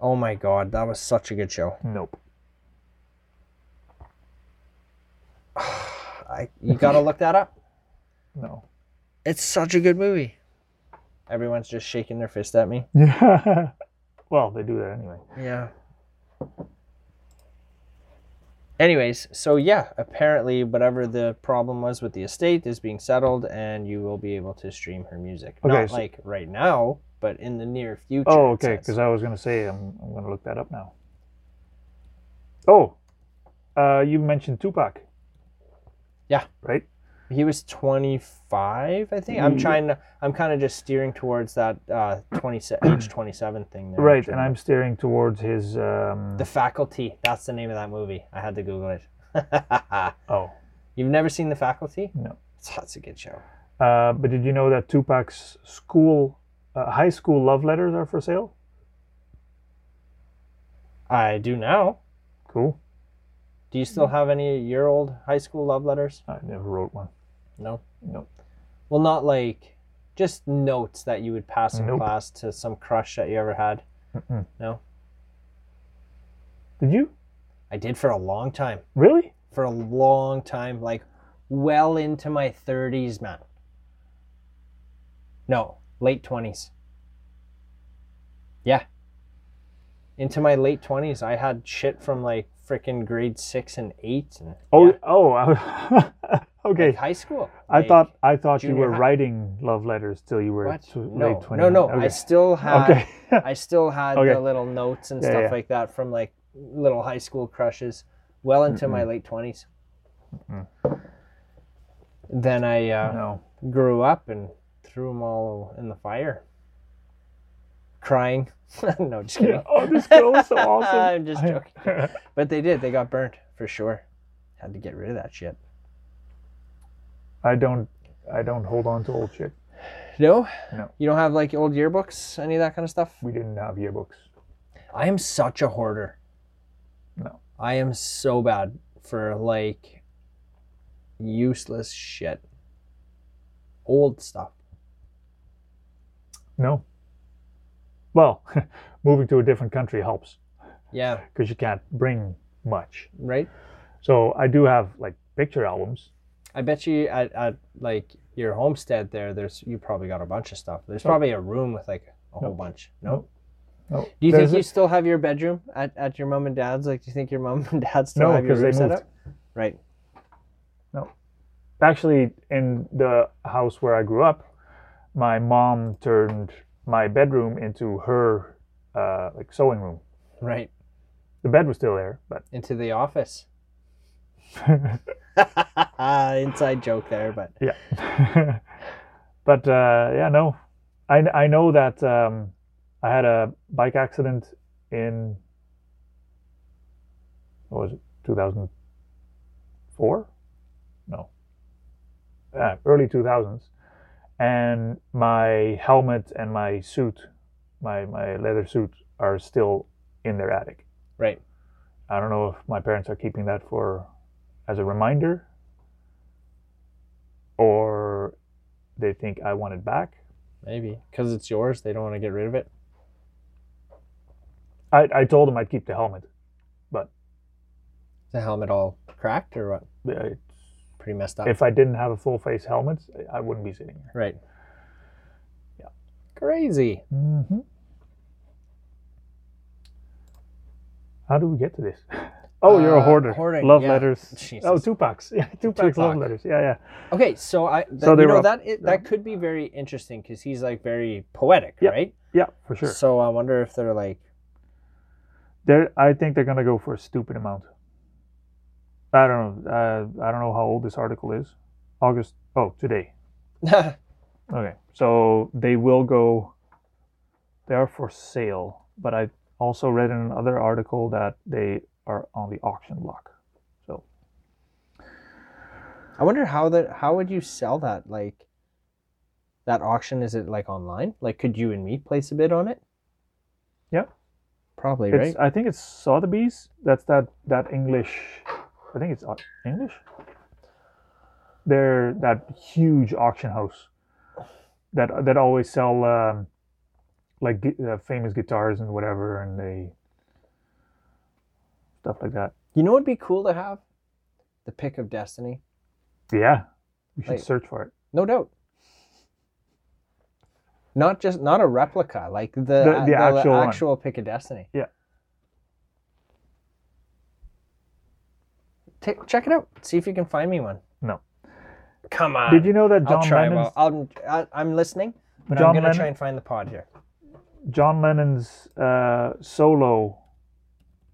[SPEAKER 1] Oh my god, that was such a good show.
[SPEAKER 2] Nope.
[SPEAKER 1] I, you gotta look that up.
[SPEAKER 2] No.
[SPEAKER 1] It's such a good movie. Everyone's just shaking their fist at me.
[SPEAKER 2] Yeah. well, they do that anyway.
[SPEAKER 1] Yeah. Anyways, so yeah, apparently whatever the problem was with the estate is being settled, and you will be able to stream her music.
[SPEAKER 2] Okay,
[SPEAKER 1] Not
[SPEAKER 2] so-
[SPEAKER 1] like right now, but in the near future.
[SPEAKER 2] Oh,
[SPEAKER 1] it
[SPEAKER 2] okay.
[SPEAKER 1] says.
[SPEAKER 2] Because I was gonna say I'm, I'm gonna look that up now. Oh, uh, you mentioned Tupac.
[SPEAKER 1] Yeah.
[SPEAKER 2] Right.
[SPEAKER 1] he was 25, I think. I'm
[SPEAKER 2] Mm.
[SPEAKER 1] trying to. I'm kind of just steering towards that uh, 27, age 27 thing. There,
[SPEAKER 2] Right,
[SPEAKER 1] Sure.
[SPEAKER 2] and I'm steering towards his. Um,
[SPEAKER 1] The Faculty. That's the name of that movie. I had to Google it.
[SPEAKER 2] oh
[SPEAKER 1] You've never seen The Faculty?
[SPEAKER 2] no.
[SPEAKER 1] It's, it's a good show.
[SPEAKER 2] Uh, but did you know that Tupac's school, uh, high school love letters are for sale?
[SPEAKER 1] I do now.
[SPEAKER 2] Cool.
[SPEAKER 1] Do you
[SPEAKER 2] Mm-hmm.
[SPEAKER 1] still have any year old high school love letters?
[SPEAKER 2] I never wrote one.
[SPEAKER 1] No.
[SPEAKER 2] Nope.
[SPEAKER 1] Well, not like just notes that you would pass in
[SPEAKER 2] Nope.
[SPEAKER 1] class to some crush that you ever had.
[SPEAKER 2] Mm-mm.
[SPEAKER 1] No.
[SPEAKER 2] Did you
[SPEAKER 1] I did for a long time.
[SPEAKER 2] really?
[SPEAKER 1] For a long time, like well into my 30s, man. No, late 20s. Yeah. Into my late 20s, I had shit from like freaking grade 6 and 8 and
[SPEAKER 2] Oh,
[SPEAKER 1] yeah,
[SPEAKER 2] oh. I-
[SPEAKER 1] like
[SPEAKER 2] okay.
[SPEAKER 1] high school.
[SPEAKER 2] I
[SPEAKER 1] Like,
[SPEAKER 2] thought I thought you
[SPEAKER 1] junior
[SPEAKER 2] were
[SPEAKER 1] high.
[SPEAKER 2] writing love letters till you were
[SPEAKER 1] What?
[SPEAKER 2] tw-
[SPEAKER 1] No,
[SPEAKER 2] late
[SPEAKER 1] no,
[SPEAKER 2] 29.
[SPEAKER 1] no. I
[SPEAKER 2] Okay.
[SPEAKER 1] still had
[SPEAKER 2] okay.
[SPEAKER 1] I still had
[SPEAKER 2] Okay.
[SPEAKER 1] the little notes and
[SPEAKER 2] Yeah,
[SPEAKER 1] stuff
[SPEAKER 2] yeah.
[SPEAKER 1] like that from like little high school crushes well into my late 20s.
[SPEAKER 2] Mm-mm.
[SPEAKER 1] Then I uh,
[SPEAKER 2] no.
[SPEAKER 1] grew up and threw them all in the fire. Crying. no, just kidding.
[SPEAKER 2] Yeah. Oh, this girl is so awesome.
[SPEAKER 1] I'm just joking.
[SPEAKER 2] I-
[SPEAKER 1] But they did. They got burnt for sure. Had to get rid of that shit.
[SPEAKER 2] I don't. I don't hold on to old shit.
[SPEAKER 1] No?
[SPEAKER 2] No.
[SPEAKER 1] You don't have like old yearbooks, any of that kind of stuff?
[SPEAKER 2] We didn't have yearbooks.
[SPEAKER 1] I am such a hoarder.
[SPEAKER 2] No.
[SPEAKER 1] I am so bad for like useless shit. Old stuff.
[SPEAKER 2] No. Well, moving to a different country helps
[SPEAKER 1] Yeah,
[SPEAKER 2] because you can't bring much.
[SPEAKER 1] right?
[SPEAKER 2] So I do have like picture albums.
[SPEAKER 1] I bet you at, at like your homestead there there's you probably got a bunch of stuff. There's
[SPEAKER 2] No.
[SPEAKER 1] probably a room with like a whole
[SPEAKER 2] No.
[SPEAKER 1] bunch. No.
[SPEAKER 2] No. No.
[SPEAKER 1] Do you
[SPEAKER 2] Oh, There's
[SPEAKER 1] think you
[SPEAKER 2] a-
[SPEAKER 1] still have your bedroom at, at your mom and dad's? Like do you think your mom and dad still
[SPEAKER 2] No,
[SPEAKER 1] have your
[SPEAKER 2] 'cause they
[SPEAKER 1] room set
[SPEAKER 2] moved.
[SPEAKER 1] up? Right.
[SPEAKER 2] actually in the house where I grew up, my mom turned my bedroom into her uh, like sewing room.
[SPEAKER 1] Right.
[SPEAKER 2] The bed was still there, but
[SPEAKER 1] Into the office. Inside joke there, but
[SPEAKER 2] yeah. but uh, yeah, no, I I know that um, I had a bike accident in what was it 2004? No, uh, early 2000s, and my helmet and my suit, my my leather suit, are still in their attic.
[SPEAKER 1] right.
[SPEAKER 2] I don't know if my parents are keeping that for as a reminder or they think I want it back.
[SPEAKER 1] Maybe because it's yours, they don't want to get rid of it.
[SPEAKER 2] I, I told them I'd keep the helmet.
[SPEAKER 1] The helmet all cracked or what?
[SPEAKER 2] Uh, it's-
[SPEAKER 1] Pretty messed up.
[SPEAKER 2] If I didn't have a full face helmet, I wouldn't be sitting here.
[SPEAKER 1] right.
[SPEAKER 2] Yeah.
[SPEAKER 1] Crazy.
[SPEAKER 2] hmm How do we get to this? Oh, you're a
[SPEAKER 1] Uh,
[SPEAKER 2] hoarder.
[SPEAKER 1] hoarding,
[SPEAKER 2] love
[SPEAKER 1] yeah.
[SPEAKER 2] letters. Oh,
[SPEAKER 1] Jesus.
[SPEAKER 2] Tupac's. Yeah, Tupac's love
[SPEAKER 1] Tupac.
[SPEAKER 2] letters. Yeah, yeah.
[SPEAKER 1] Okay, so I that,
[SPEAKER 2] So they
[SPEAKER 1] you
[SPEAKER 2] were up-
[SPEAKER 1] know that it, that could be very interesting because he's like very poetic,
[SPEAKER 2] Yeah,
[SPEAKER 1] right?
[SPEAKER 2] Yeah, for sure.
[SPEAKER 1] So I wonder if they're like
[SPEAKER 2] They're, I think they're gonna go for a stupid amount. I don't know. Uh, I don't know how old this article is. August. Oh, today. Okay. So they will go. They are for sale, but I also read in another article that they are on the auction block. So
[SPEAKER 1] I wonder how that how would you sell that like that auction is it like online? Like could you and me place a bid on it?
[SPEAKER 2] Yeah.
[SPEAKER 1] Probably,
[SPEAKER 2] it's,
[SPEAKER 1] right?
[SPEAKER 2] I think it's Sotheby's. That's that that English. I think it's au- English. They're that huge auction house that that always sell um, like gu- uh, famous guitars and whatever, and they stuff like that.
[SPEAKER 1] You know what'd be cool to have? The pick of destiny.
[SPEAKER 2] Yeah, we should
[SPEAKER 1] Like-
[SPEAKER 2] search for it.
[SPEAKER 1] No doubt. Not just not a replica, like the
[SPEAKER 2] The-
[SPEAKER 1] the,
[SPEAKER 2] the actual
[SPEAKER 1] actual,
[SPEAKER 2] one.
[SPEAKER 1] pick of destiny.
[SPEAKER 2] Yeah.
[SPEAKER 1] Ta- check it out. See if you can find me one.
[SPEAKER 2] No.
[SPEAKER 1] Come on.
[SPEAKER 2] Did you know that John
[SPEAKER 1] I'll try.
[SPEAKER 2] Lennon's
[SPEAKER 1] Well, I'm I, I'm listening, but I'm
[SPEAKER 2] John
[SPEAKER 1] gonna try
[SPEAKER 2] Lennon-
[SPEAKER 1] and find the pod here.
[SPEAKER 2] John Lennon's uh, solo,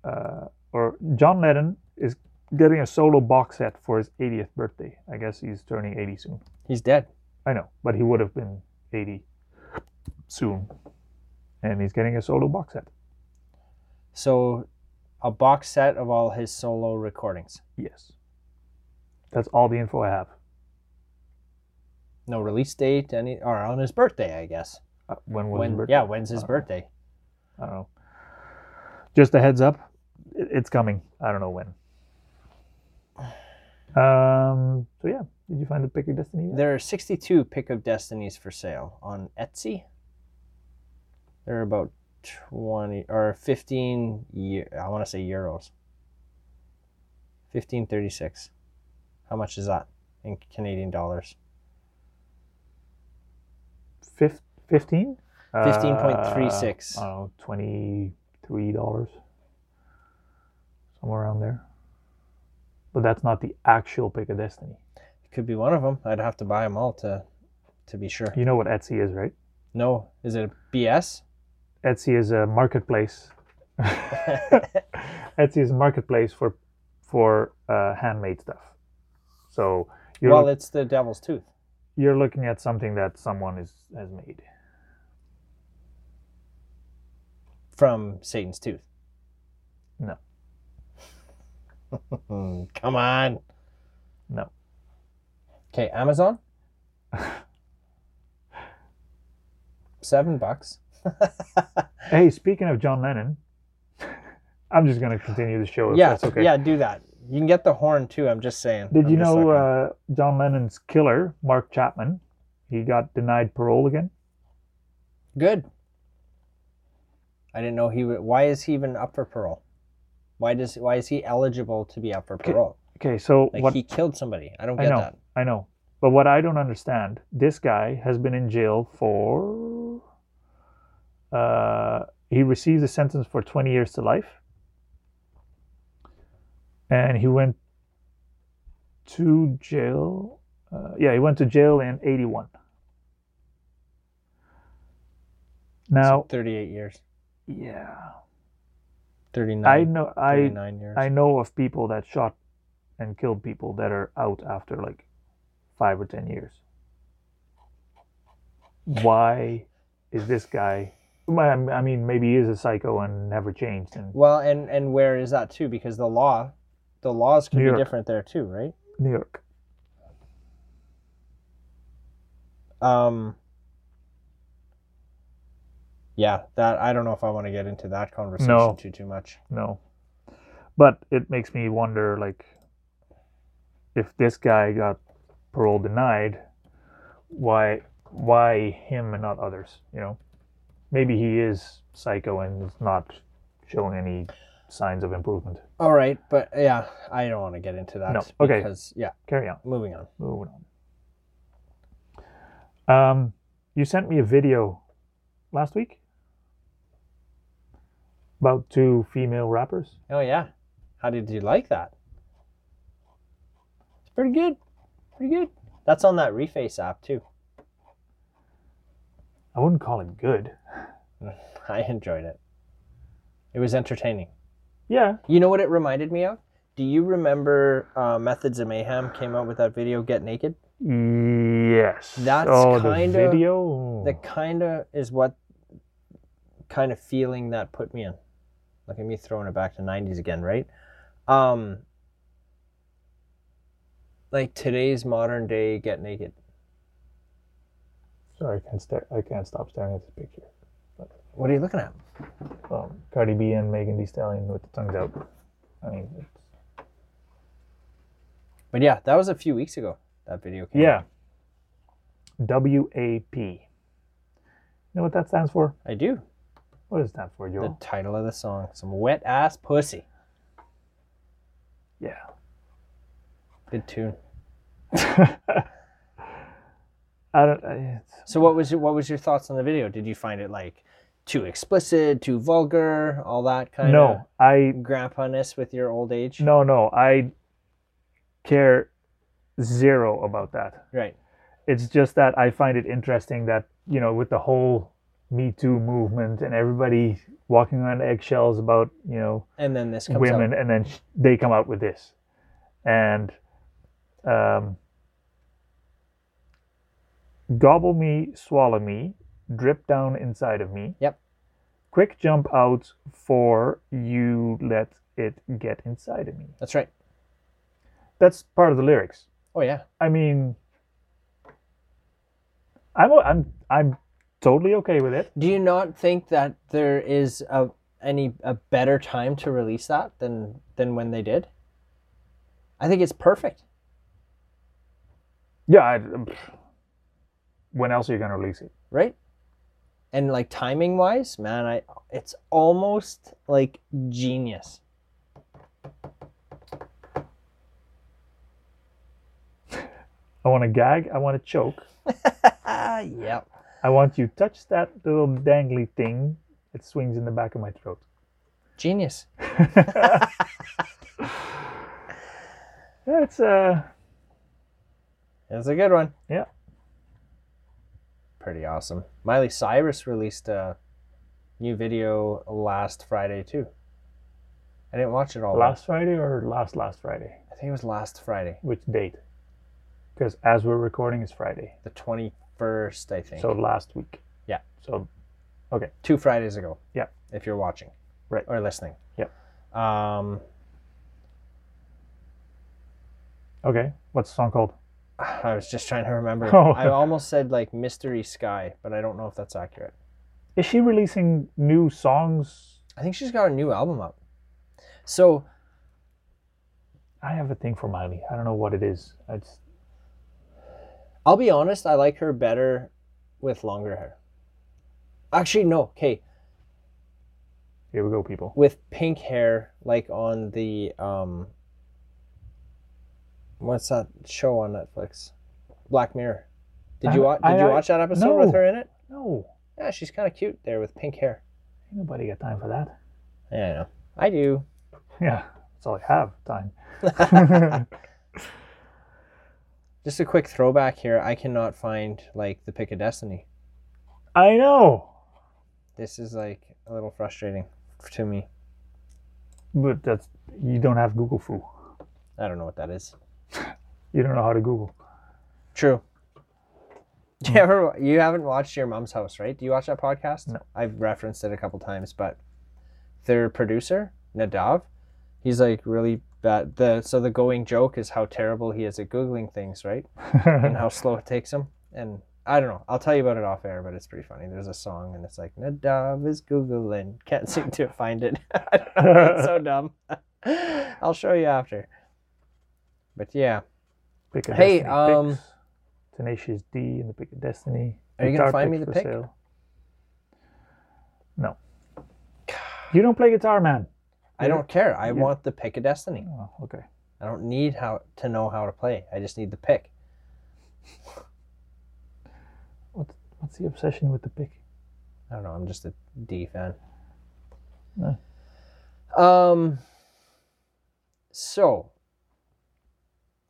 [SPEAKER 2] uh, or John Lennon is getting a solo box set for his 80th birthday. I guess he's turning 80 soon.
[SPEAKER 1] He's dead.
[SPEAKER 2] I know, but he would have been 80 soon, and he's getting a solo box set.
[SPEAKER 1] So, a box set of all his solo recordings.
[SPEAKER 2] Yes, that's all the info I have.
[SPEAKER 1] No release date, any or on his birthday, I guess.
[SPEAKER 2] Uh, when was his
[SPEAKER 1] When
[SPEAKER 2] birthday?
[SPEAKER 1] yeah, when's his birthday?
[SPEAKER 2] I don't know. Just a heads up, it- it's coming. I don't know when. Um, so yeah, did you find the Pick of Destiny? yet?
[SPEAKER 1] There are 62 pickup destinies for sale on Etsy. There are about 20 or 15 eu- I want to say euros. 1536. How much is that in Canadian dollars?
[SPEAKER 2] Fif- 15?
[SPEAKER 1] 15.36.
[SPEAKER 2] Uh, I don't know, $23. Somewhere around there. But that's not the actual Pick of Destiny.
[SPEAKER 1] Could be one of them. I'd have to buy them all to to be sure.
[SPEAKER 2] You know what Etsy is, right?
[SPEAKER 1] No, is it a BS?
[SPEAKER 2] Etsy is a marketplace. Etsy is a marketplace for for uh, handmade stuff. So you're
[SPEAKER 1] well, it's the devil's tooth.
[SPEAKER 2] you're looking at something that someone is has made.
[SPEAKER 1] from Satan's tooth.
[SPEAKER 2] No.
[SPEAKER 1] Come on.
[SPEAKER 2] No.
[SPEAKER 1] Okay, Amazon. Seven bucks.
[SPEAKER 2] Hey, speaking of John Lennon, I'm just gonna continue the show. If
[SPEAKER 1] yeah,
[SPEAKER 2] that's okay.
[SPEAKER 1] yeah, do that. You can get the horn too. I'm just saying.
[SPEAKER 2] Did
[SPEAKER 1] I'm
[SPEAKER 2] you
[SPEAKER 1] just
[SPEAKER 2] know
[SPEAKER 1] looking.
[SPEAKER 2] uh, John Lennon's killer, Mark Chapman, he got denied parole again?
[SPEAKER 1] Good. I didn't know he. Would, why is he even up for parole? Why does why is he eligible to be up for parole?
[SPEAKER 2] Okay, so
[SPEAKER 1] Like
[SPEAKER 2] what
[SPEAKER 1] he killed somebody. I don't
[SPEAKER 2] I
[SPEAKER 1] get
[SPEAKER 2] know.
[SPEAKER 1] that.
[SPEAKER 2] I know, but what I don't understand, this guy has been in jail for. Uh, he received a sentence for 20 years to life, and he went to jail. Uh, yeah, he went to jail in 81. Now,
[SPEAKER 1] Thirty-eight years.
[SPEAKER 2] yeah, I
[SPEAKER 1] Thirty-nine.
[SPEAKER 2] know, I
[SPEAKER 1] 39 years.
[SPEAKER 2] I know of people that shot and killed people that are out after like five or ten years. Why is this guy? I I mean, maybe he is a psycho and never changed. And
[SPEAKER 1] Well, and and where is that too? Because the law, the laws can
[SPEAKER 2] New
[SPEAKER 1] be
[SPEAKER 2] York.
[SPEAKER 1] different there too, right?
[SPEAKER 2] New York,
[SPEAKER 1] Um. Yeah, that I don't know if I want to get into that conversation
[SPEAKER 2] No.
[SPEAKER 1] too too much.
[SPEAKER 2] no. But it makes me wonder, like, if this guy got parole denied, why why him and not others? You know, maybe he is psycho and is not showing any signs of improvement.
[SPEAKER 1] All right, but yeah, I don't want to get into that.
[SPEAKER 2] No, okay.
[SPEAKER 1] Because yeah,
[SPEAKER 2] Carry on.
[SPEAKER 1] moving on.
[SPEAKER 2] Moving on. Um, you sent me a video last week about two female rappers.
[SPEAKER 1] Oh yeah, how did you like that? It's pretty good, pretty good. That's on that Reface app too.
[SPEAKER 2] I wouldn't call it good.
[SPEAKER 1] I enjoyed it. It was entertaining.
[SPEAKER 2] Yeah.
[SPEAKER 1] You know what it reminded me of? Do you remember uh, Methods of Mayhem came out with that video "Get Naked"?
[SPEAKER 2] Yes.
[SPEAKER 1] That's
[SPEAKER 2] oh,
[SPEAKER 1] kinda
[SPEAKER 2] the video.
[SPEAKER 1] That kind of is what kind of feeling that put me in. Look at me throwing it back to '90s again, right? Um, like today's modern day "Get Naked."
[SPEAKER 2] Sorry, I can't stare. I can't stop staring at this picture.
[SPEAKER 1] What are you looking at?
[SPEAKER 2] Um, Cardi B and Megan Thee Stallion with the tongues out. I mean, it's,
[SPEAKER 1] But yeah, that was a few weeks ago. That video came. out.
[SPEAKER 2] yeah. W A P. You know what that stands for?
[SPEAKER 1] I do.
[SPEAKER 2] What does it stand for,
[SPEAKER 1] The
[SPEAKER 2] Joel?
[SPEAKER 1] title of the song: "Some Wet Ass Pussy."
[SPEAKER 2] Yeah.
[SPEAKER 1] Good tune.
[SPEAKER 2] I don't. I, it's,
[SPEAKER 1] So what was your, what was your thoughts on the video? Did you find it like too explicit, too vulgar, all that kind
[SPEAKER 2] no, I
[SPEAKER 1] of grandpa-ness with your old age?
[SPEAKER 2] no no I care zero about that.
[SPEAKER 1] Right.
[SPEAKER 2] It's just that I find it interesting that you know with the whole Me Too movement and everybody walking on eggshells about you know
[SPEAKER 1] And then this comes
[SPEAKER 2] women,
[SPEAKER 1] out.
[SPEAKER 2] and then sh- they come out with this, and um, gobble me, swallow me, drip down inside of me.
[SPEAKER 1] Yep.
[SPEAKER 2] Quick jump out for you let it get inside of me.
[SPEAKER 1] That's right.
[SPEAKER 2] That's part of the lyrics.
[SPEAKER 1] Oh yeah.
[SPEAKER 2] I mean, I'm o- I'm I'm totally okay with it.
[SPEAKER 1] Do you not think that there is a any a better time to release that than than when they did? I think it's perfect.
[SPEAKER 2] Yeah. I, pff, when else are you gonna release it?
[SPEAKER 1] right? And like timing wise, man, I it's almost like genius.
[SPEAKER 2] I want to gag. I want to choke.
[SPEAKER 1] yep.
[SPEAKER 2] I want you touch that little dangly thing. It swings in the back of my throat.
[SPEAKER 1] Genius.
[SPEAKER 2] Yeah, it's uh,
[SPEAKER 1] That's a good one.
[SPEAKER 2] Yeah.
[SPEAKER 1] Pretty awesome. Miley Cyrus released a new video last Friday too. I didn't watch it all. though.
[SPEAKER 2] last Friday or last last Friday.
[SPEAKER 1] I think it was last Friday,
[SPEAKER 2] Which date? Because as we're recording, it's Friday.
[SPEAKER 1] the 21st, I think.
[SPEAKER 2] So last week.
[SPEAKER 1] Yeah.
[SPEAKER 2] So
[SPEAKER 1] two Fridays ago.
[SPEAKER 2] Yeah.
[SPEAKER 1] If you're watching.
[SPEAKER 2] Right.
[SPEAKER 1] Or listening.
[SPEAKER 2] Yeah.
[SPEAKER 1] Um
[SPEAKER 2] okay, what's the song called?
[SPEAKER 1] I was just trying to remember.
[SPEAKER 2] Oh.
[SPEAKER 1] I almost said like Mystery Sky, but I don't know if that's accurate.
[SPEAKER 2] Is she releasing new songs?
[SPEAKER 1] I think she's got a new album up. So
[SPEAKER 2] I have a thing for Miley. I don't know what it is. It's
[SPEAKER 1] I'll be honest, I like her better with longer hair. Actually, no. Okay,
[SPEAKER 2] here we go, people.
[SPEAKER 1] with pink hair, like on the um, what's that show on Netflix? Black Mirror. Did you
[SPEAKER 2] I-
[SPEAKER 1] watch? Did you
[SPEAKER 2] I-
[SPEAKER 1] watch that episode with
[SPEAKER 2] no.
[SPEAKER 1] her in it?
[SPEAKER 2] No,
[SPEAKER 1] Yeah, she's kind of cute there with pink hair.
[SPEAKER 2] ain't nobody got time for that.
[SPEAKER 1] Yeah, I know. I do.
[SPEAKER 2] Yeah, that's all I have time.
[SPEAKER 1] Just a quick throwback here. I cannot find like the pick of destiny.
[SPEAKER 2] I know,
[SPEAKER 1] This is like a little frustrating to me.
[SPEAKER 2] but that's you don't have Google Foo.
[SPEAKER 1] I don't know what that is.
[SPEAKER 2] You don't know how to Google.
[SPEAKER 1] True. Do you ever you haven't watched your mom's house, right? Do you watch that podcast?
[SPEAKER 2] No.
[SPEAKER 1] I've referenced it a couple times, but their producer, Nadav, he's like really bad the so the going joke is how terrible he is at Googling things, right? and how slow it takes him. And I don't know. I'll tell you about it off air, but it's pretty funny. There's a song and it's like Nadav is googling, can't seem to find it. I don't know, it's so dumb. I'll show you after. But yeah,
[SPEAKER 2] Pick a
[SPEAKER 1] Hey,
[SPEAKER 2] Destiny
[SPEAKER 1] um,
[SPEAKER 2] picks, Tenacious D and the Pick of Destiny.
[SPEAKER 1] Are you gonna
[SPEAKER 2] Guitar
[SPEAKER 1] find me
[SPEAKER 2] picks for
[SPEAKER 1] the pick?
[SPEAKER 2] sale. No. You don't play guitar, man.
[SPEAKER 1] I don't care. I
[SPEAKER 2] you're-
[SPEAKER 1] want the pick of destiny.
[SPEAKER 2] Oh, okay.
[SPEAKER 1] I don't need how to know how to play. I just need the pick.
[SPEAKER 2] What's what's the obsession with the pick?
[SPEAKER 1] I don't know. I'm just a D fan.
[SPEAKER 2] Yeah.
[SPEAKER 1] Um. So.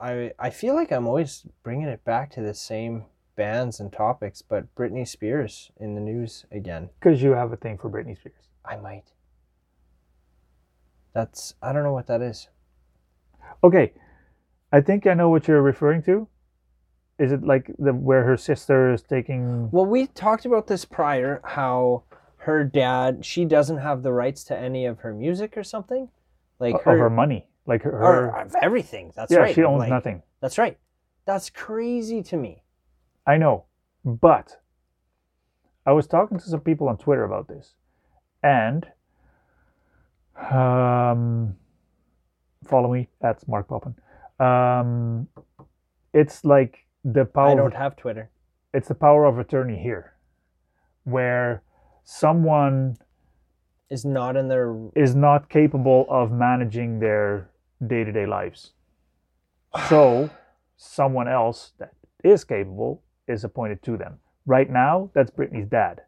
[SPEAKER 1] I I feel like I'm always bringing it back to the same bands and topics, but Britney Spears in the news again.
[SPEAKER 2] Because you have a thing for Britney Spears.
[SPEAKER 1] I might. That's I don't know what that is.
[SPEAKER 2] Okay, I think I know what you're referring to. Is it like the where her sister is taking?
[SPEAKER 1] Well, we talked about this prior how her dad she doesn't have the rights to any of her music or something, like
[SPEAKER 2] of
[SPEAKER 1] her,
[SPEAKER 2] her money, like her.
[SPEAKER 1] or
[SPEAKER 2] her
[SPEAKER 1] of everything. That's
[SPEAKER 2] yeah,
[SPEAKER 1] right.
[SPEAKER 2] she owns
[SPEAKER 1] like-
[SPEAKER 2] nothing.
[SPEAKER 1] That's right. That's crazy to me.
[SPEAKER 2] I know, but I was talking to some people on Twitter about this, and um, follow me at Mark Poppin. Um, it's like the
[SPEAKER 1] I
[SPEAKER 2] power.
[SPEAKER 1] don't
[SPEAKER 2] Of,
[SPEAKER 1] have Twitter.
[SPEAKER 2] it's the power of attorney here, where someone
[SPEAKER 1] Is not in their
[SPEAKER 2] is not capable of managing their day-to-day lives. So someone else that is capable is appointed to them. Right now, that's Britney's dad.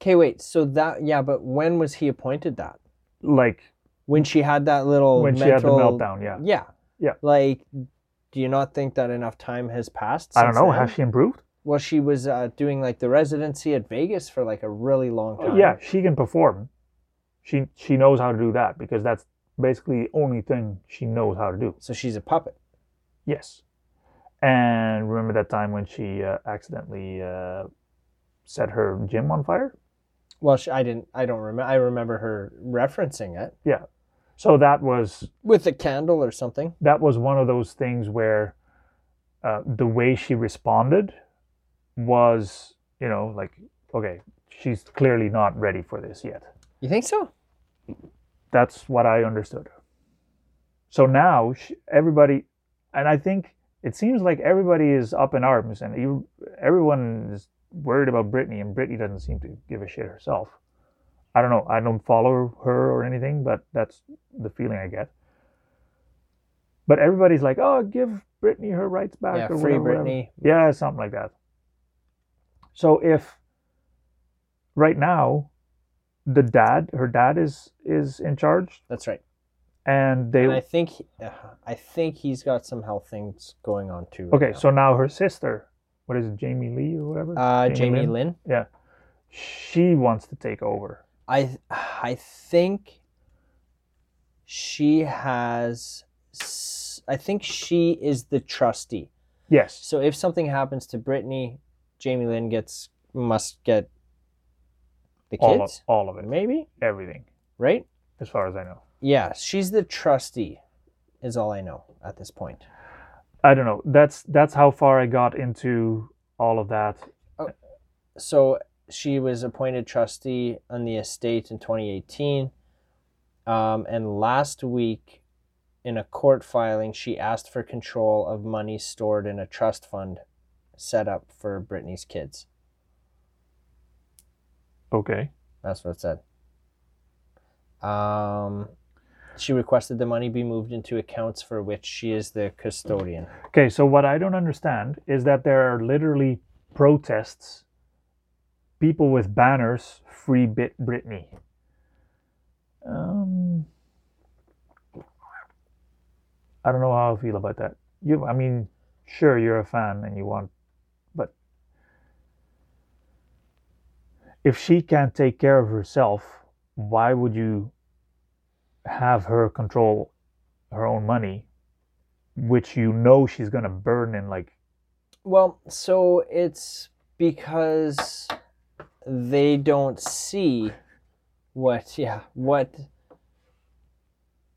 [SPEAKER 1] Okay, wait. So that yeah, but when was he appointed that?
[SPEAKER 2] Like
[SPEAKER 1] When she had that little
[SPEAKER 2] when she
[SPEAKER 1] Oh, mental...
[SPEAKER 2] had the meltdown, yeah.
[SPEAKER 1] Yeah.
[SPEAKER 2] Yeah.
[SPEAKER 1] Like do you not think that enough time has passed?
[SPEAKER 2] I don't
[SPEAKER 1] since
[SPEAKER 2] know,
[SPEAKER 1] then?
[SPEAKER 2] has she improved?
[SPEAKER 1] Well, she was uh, doing like the residency at Vegas for like a really long time.
[SPEAKER 2] Oh, Yeah, she can perform. She she knows how to do that because that's basically the only thing she knows how to do.
[SPEAKER 1] So she's a puppet.
[SPEAKER 2] Yes. And remember that time when she uh, accidentally uh, set her gym on fire?
[SPEAKER 1] Well, she, I didn't. I don't remember. I remember her referencing it
[SPEAKER 2] Yeah. So that was
[SPEAKER 1] with a candle or something.
[SPEAKER 2] that was one of those things where uh, the way she responded was, you know, like, okay, she's clearly not ready for this yet.
[SPEAKER 1] You think so?
[SPEAKER 2] That's what I understood. So now sh everybody, and I think it seems like everybody is up in arms, and ev- everyone is worried about Britney, and Britney doesn't seem to give a shit herself. I don't know. I don't follow her or anything, but that's the feeling I get. But everybody's like, "Oh, give Britney her rights back."
[SPEAKER 1] yeah,
[SPEAKER 2] or
[SPEAKER 1] free
[SPEAKER 2] whatever, whatever.
[SPEAKER 1] Britney.
[SPEAKER 2] Yeah, something like that. So if right now the dad, her dad is is in charge,
[SPEAKER 1] That's right.
[SPEAKER 2] and they
[SPEAKER 1] And I think he, uh, I think he's got some health things going on too. right
[SPEAKER 2] okay.
[SPEAKER 1] now.
[SPEAKER 2] So now her sister, what is it, Jamie Lee or whatever?
[SPEAKER 1] uh,
[SPEAKER 2] Jamie
[SPEAKER 1] Jamie
[SPEAKER 2] Lynn?
[SPEAKER 1] Lynn.
[SPEAKER 2] she wants to take over.
[SPEAKER 1] I I think she has. s- I think she is the trustee.
[SPEAKER 2] Yes,
[SPEAKER 1] So if something happens to Brittany, Jamie Lynn gets must get the
[SPEAKER 2] all of,
[SPEAKER 1] kids.
[SPEAKER 2] all of it,
[SPEAKER 1] Maybe
[SPEAKER 2] everything,
[SPEAKER 1] right?
[SPEAKER 2] as far as I know.
[SPEAKER 1] Yeah, she's the trustee. Is all I know at this point.
[SPEAKER 2] I don't know. That's that's how far I got into all of that.
[SPEAKER 1] so she was appointed trustee on the estate in 2018 um, and last week in a court filing she asked for control of money stored in a trust fund set up for brittany's kids
[SPEAKER 2] Okay.
[SPEAKER 1] that's what it said um, she requested the money be moved into accounts for which she is the custodian
[SPEAKER 2] Okay, so what I don't understand is that there are literally protests, people with banners, free Bit Britney. Um, I don't know how I feel about that. You, I mean, sure, you're a fan and you want, but if she can't take care of herself, why would you have her control her own money? which you know she's gonna burn in like
[SPEAKER 1] Well, so it's because they don't see what, yeah, what,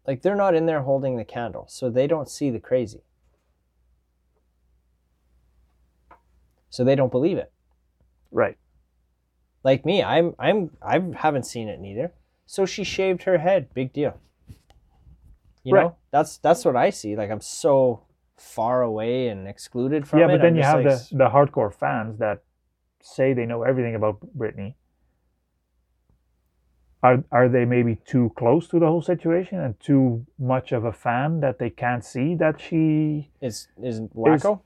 [SPEAKER 1] like they're not in there holding the candle, so they don't see the crazy. So they don't believe it.
[SPEAKER 2] right
[SPEAKER 1] Like me, I'm, I'm, I haven't seen it neither. So she shaved her head, big deal. You
[SPEAKER 2] Right.
[SPEAKER 1] know, that's that's what I see. Like I'm so far away and excluded from
[SPEAKER 2] yeah
[SPEAKER 1] it.
[SPEAKER 2] but then
[SPEAKER 1] I'm
[SPEAKER 2] you
[SPEAKER 1] just
[SPEAKER 2] have
[SPEAKER 1] like,
[SPEAKER 2] the, the hardcore fans that say they know everything about Britney are are they maybe too close to the whole situation and too much of a fan that they can't see that she
[SPEAKER 1] is is wacko.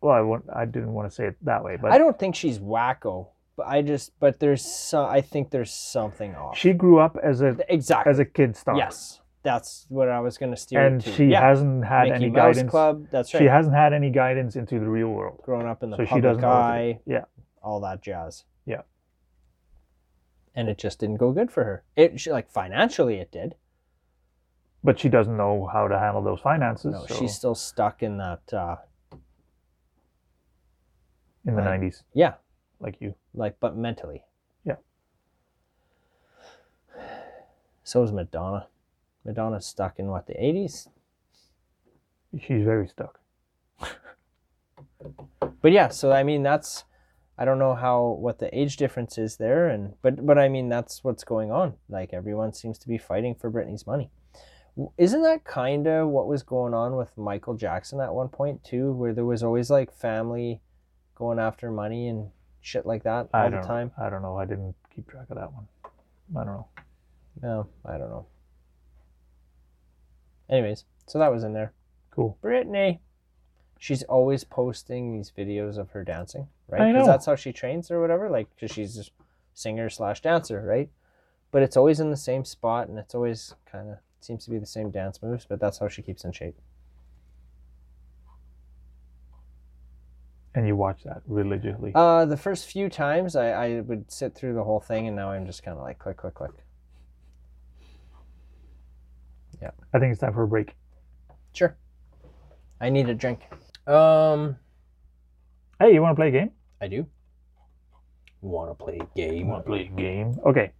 [SPEAKER 2] well I, won't, I didn't want to say it that way
[SPEAKER 1] I
[SPEAKER 2] but
[SPEAKER 1] don't think she's wacko, but I just but there's so, I think there's something off.
[SPEAKER 2] she grew up as a
[SPEAKER 1] Th- exactly
[SPEAKER 2] as a kid star
[SPEAKER 1] yes, that's what I was gonna steer.
[SPEAKER 2] and
[SPEAKER 1] to.
[SPEAKER 2] she
[SPEAKER 1] yeah.
[SPEAKER 2] hasn't had
[SPEAKER 1] Mickey
[SPEAKER 2] any
[SPEAKER 1] Mouse
[SPEAKER 2] guidance
[SPEAKER 1] Club. That's right.
[SPEAKER 2] she hasn't had any guidance into the real world
[SPEAKER 1] Grown up in the
[SPEAKER 2] so she
[SPEAKER 1] public
[SPEAKER 2] doesn't know what to do.
[SPEAKER 1] eye,
[SPEAKER 2] yeah
[SPEAKER 1] all that jazz.
[SPEAKER 2] Yeah.
[SPEAKER 1] And it just didn't go good for her. It she, like financially it did.
[SPEAKER 2] but she doesn't know how to handle those finances
[SPEAKER 1] No,
[SPEAKER 2] so-
[SPEAKER 1] she's still stuck in that. Uh,
[SPEAKER 2] in the
[SPEAKER 1] Right.
[SPEAKER 2] 90s
[SPEAKER 1] yeah,
[SPEAKER 2] like you
[SPEAKER 1] like but mentally.
[SPEAKER 2] Yeah.
[SPEAKER 1] So is Madonna. Madonna's stuck in what the 80s,
[SPEAKER 2] she's very stuck
[SPEAKER 1] but yeah so i mean that's i don't know how what the age difference is there and but but i mean that's what's going on like everyone seems to be fighting for britney's money W- isn't that kind of what was going on with michael jackson at one point too where there was always like family going after money and shit like that all
[SPEAKER 2] I
[SPEAKER 1] the
[SPEAKER 2] don't,
[SPEAKER 1] time
[SPEAKER 2] i don't know i didn't keep track of that one i don't know
[SPEAKER 1] no i don't know anyways so that was in there
[SPEAKER 2] cool
[SPEAKER 1] britney she's always posting these videos of her dancing right
[SPEAKER 2] I
[SPEAKER 1] because
[SPEAKER 2] know.
[SPEAKER 1] that's how she trains or whatever like because she's a singer slash dancer right but it's always in the same spot and it's always kind of seems to be the same dance moves but that's how she keeps in shape
[SPEAKER 2] and you watch that religiously
[SPEAKER 1] uh the first few times i i would sit through the whole thing and now i'm just kind of like click click click
[SPEAKER 2] i think it's time for a break
[SPEAKER 1] sure i need a drink um
[SPEAKER 2] hey you want to play a game
[SPEAKER 1] i do want to play a game
[SPEAKER 2] want to play a game okay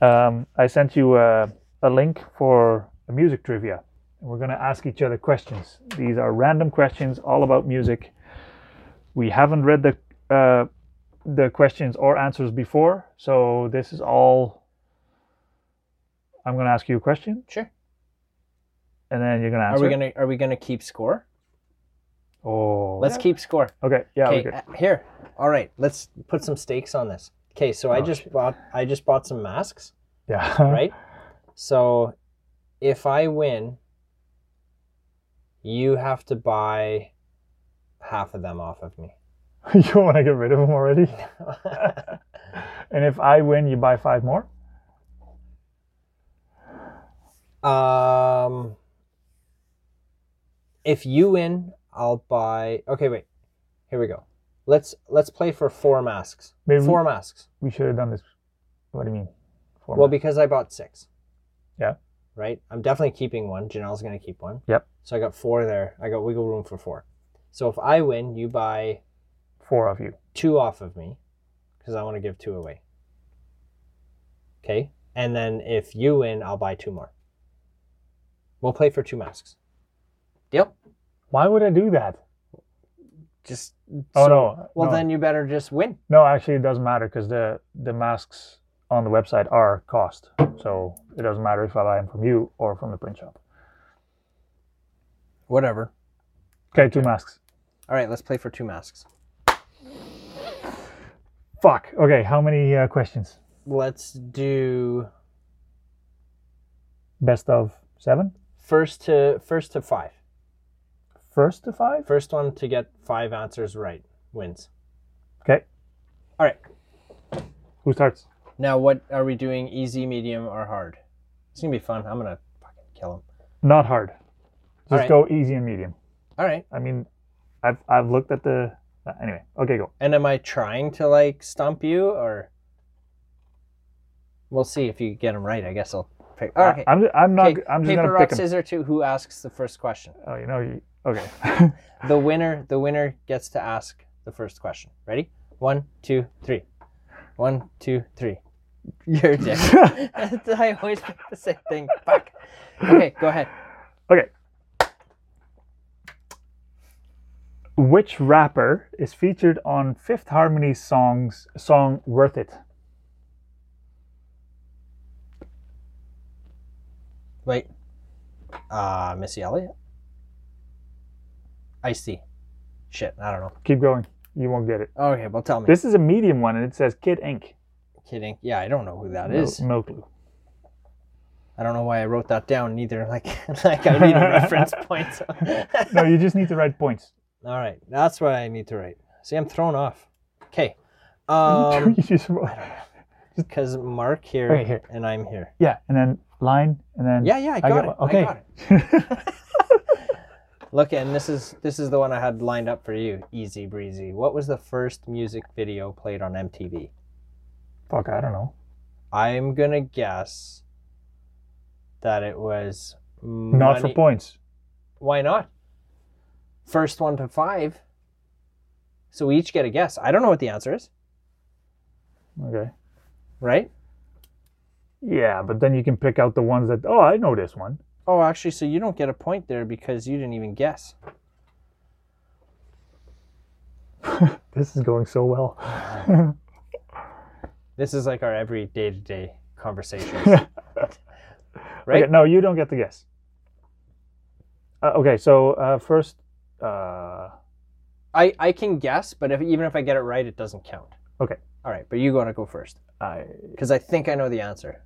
[SPEAKER 2] um, i sent you a, a link for a music trivia and we're going to ask each other questions these are random questions all about music we haven't read the uh, the questions or answers before so this is all I'm going to ask you a question,
[SPEAKER 1] Sure.
[SPEAKER 2] and then you're going to
[SPEAKER 1] Are
[SPEAKER 2] answer.
[SPEAKER 1] we
[SPEAKER 2] it.
[SPEAKER 1] gonna Are we gonna keep score?
[SPEAKER 2] Oh,
[SPEAKER 1] Let's keep score.
[SPEAKER 2] Okay, yeah, we're
[SPEAKER 1] Okay,
[SPEAKER 2] good.
[SPEAKER 1] uh, here. All right, let's put some stakes on this. Okay, so
[SPEAKER 2] Oh,
[SPEAKER 1] I
[SPEAKER 2] Uh-huh.
[SPEAKER 1] just bought I just bought some masks,
[SPEAKER 2] Yeah.
[SPEAKER 1] right? so if I win, you have to buy half of them off of me.
[SPEAKER 2] you want to get rid of them already? and if I win, you buy five more.
[SPEAKER 1] um if you win, I'll buy Okay, wait. Here we go. Let's let's play for four masks.
[SPEAKER 2] Maybe
[SPEAKER 1] Four masks.
[SPEAKER 2] we should have done this. What do you mean? Four
[SPEAKER 1] Well,
[SPEAKER 2] months.
[SPEAKER 1] because I bought six.
[SPEAKER 2] Yeah.
[SPEAKER 1] Right? I'm definitely keeping one. Janelle's going to keep one.
[SPEAKER 2] Yep.
[SPEAKER 1] So I got four there. I got wiggle room for four. So if I win, you buy
[SPEAKER 2] four of you.
[SPEAKER 1] two off of me because I want to give two away. Okay. And then if you win, I'll buy two more. We'll play for two masks. Yep.
[SPEAKER 2] Why would I do that?
[SPEAKER 1] Just.
[SPEAKER 2] Oh
[SPEAKER 1] so-
[SPEAKER 2] no.
[SPEAKER 1] Well,
[SPEAKER 2] no.
[SPEAKER 1] then you better just win.
[SPEAKER 2] No, actually, it doesn't matter because the the masks on the website are cost, so it doesn't matter if I buy them from you or from the print shop.
[SPEAKER 1] Whatever.
[SPEAKER 2] Okay, two masks.
[SPEAKER 1] All right, let's play for two masks.
[SPEAKER 2] Fuck. Okay, how many uh, questions?
[SPEAKER 1] Let's do
[SPEAKER 2] Best of seven.
[SPEAKER 1] first to first to five.
[SPEAKER 2] First to five.
[SPEAKER 1] First one to get five answers right wins.
[SPEAKER 2] Okay.
[SPEAKER 1] All right.
[SPEAKER 2] Who starts?
[SPEAKER 1] Now, what are we doing? Easy, medium, or hard? It's gonna be fun. I'm gonna fucking kill him.
[SPEAKER 2] Not hard. Just
[SPEAKER 1] All right.
[SPEAKER 2] go easy and medium.
[SPEAKER 1] All right.
[SPEAKER 2] I mean, I've I've looked at the uh, anyway. Okay, go.
[SPEAKER 1] And am I trying to like stump you or? We'll see if you get them right. I guess I'll pick. All right.
[SPEAKER 2] I, am I'm not.
[SPEAKER 1] Okay,
[SPEAKER 2] I'm just
[SPEAKER 1] Paper
[SPEAKER 2] gonna
[SPEAKER 1] rock
[SPEAKER 2] pick 'em.
[SPEAKER 1] scissors to who asks the first question.
[SPEAKER 2] Oh, you know. You, okay.
[SPEAKER 1] The winner, the winner gets to ask the first question. Ready? One, two, three. One, two, three. You're a dick. I always pick the same thing. Fuck. Okay, go ahead.
[SPEAKER 2] okay. Which rapper is featured on Fifth Harmony's songs song "Worth It"?
[SPEAKER 1] Wait. Uh, Missy Elliott? I see. Shit, I don't know.
[SPEAKER 2] Keep going. You won't get it.
[SPEAKER 1] Okay, well, tell me.
[SPEAKER 2] This is a medium one, and it says Kid Ink.
[SPEAKER 1] Kidding. Yeah, I don't know who that
[SPEAKER 2] no,
[SPEAKER 1] is.
[SPEAKER 2] no clue.
[SPEAKER 1] I don't know why I wrote that down either. Like, like I need a reference point. so-
[SPEAKER 2] No, you just need to write points.
[SPEAKER 1] All right, that's what I need to write. See, I'm thrown off. Okay. Um,
[SPEAKER 2] You just wrote-
[SPEAKER 1] because Mark here,
[SPEAKER 2] Okay, here.
[SPEAKER 1] and I'm here.
[SPEAKER 2] yeah, and then line, and then
[SPEAKER 1] Yeah, yeah, I
[SPEAKER 2] I
[SPEAKER 1] got
[SPEAKER 2] get
[SPEAKER 1] it.
[SPEAKER 2] one. Okay.
[SPEAKER 1] I got it. Look, and this is this is the one I had lined up for you. Easy breezy. What was the first music video played on MTV?
[SPEAKER 2] Fuck, I don't know.
[SPEAKER 1] I'm gonna guess that it was
[SPEAKER 2] Not for
[SPEAKER 1] Money-
[SPEAKER 2] points.
[SPEAKER 1] Why not? First one to five. So we each get a guess. I don't know what the answer is,
[SPEAKER 2] Okay.
[SPEAKER 1] right?
[SPEAKER 2] Yeah, but then you can pick out the ones that oh, I know this one.
[SPEAKER 1] Oh, actually, so you don't get a point there because you didn't even guess.
[SPEAKER 2] This is going so well.
[SPEAKER 1] This is like our every day to day conversations.
[SPEAKER 2] Okay,
[SPEAKER 1] right?
[SPEAKER 2] no, you don't get the guess. Uh, okay, so uh, first, uh,
[SPEAKER 1] I, I can guess, but if, even if I get it right, it doesn't count.
[SPEAKER 2] Okay.
[SPEAKER 1] All right, but you gotta go first
[SPEAKER 2] I
[SPEAKER 1] because I think I know the answer.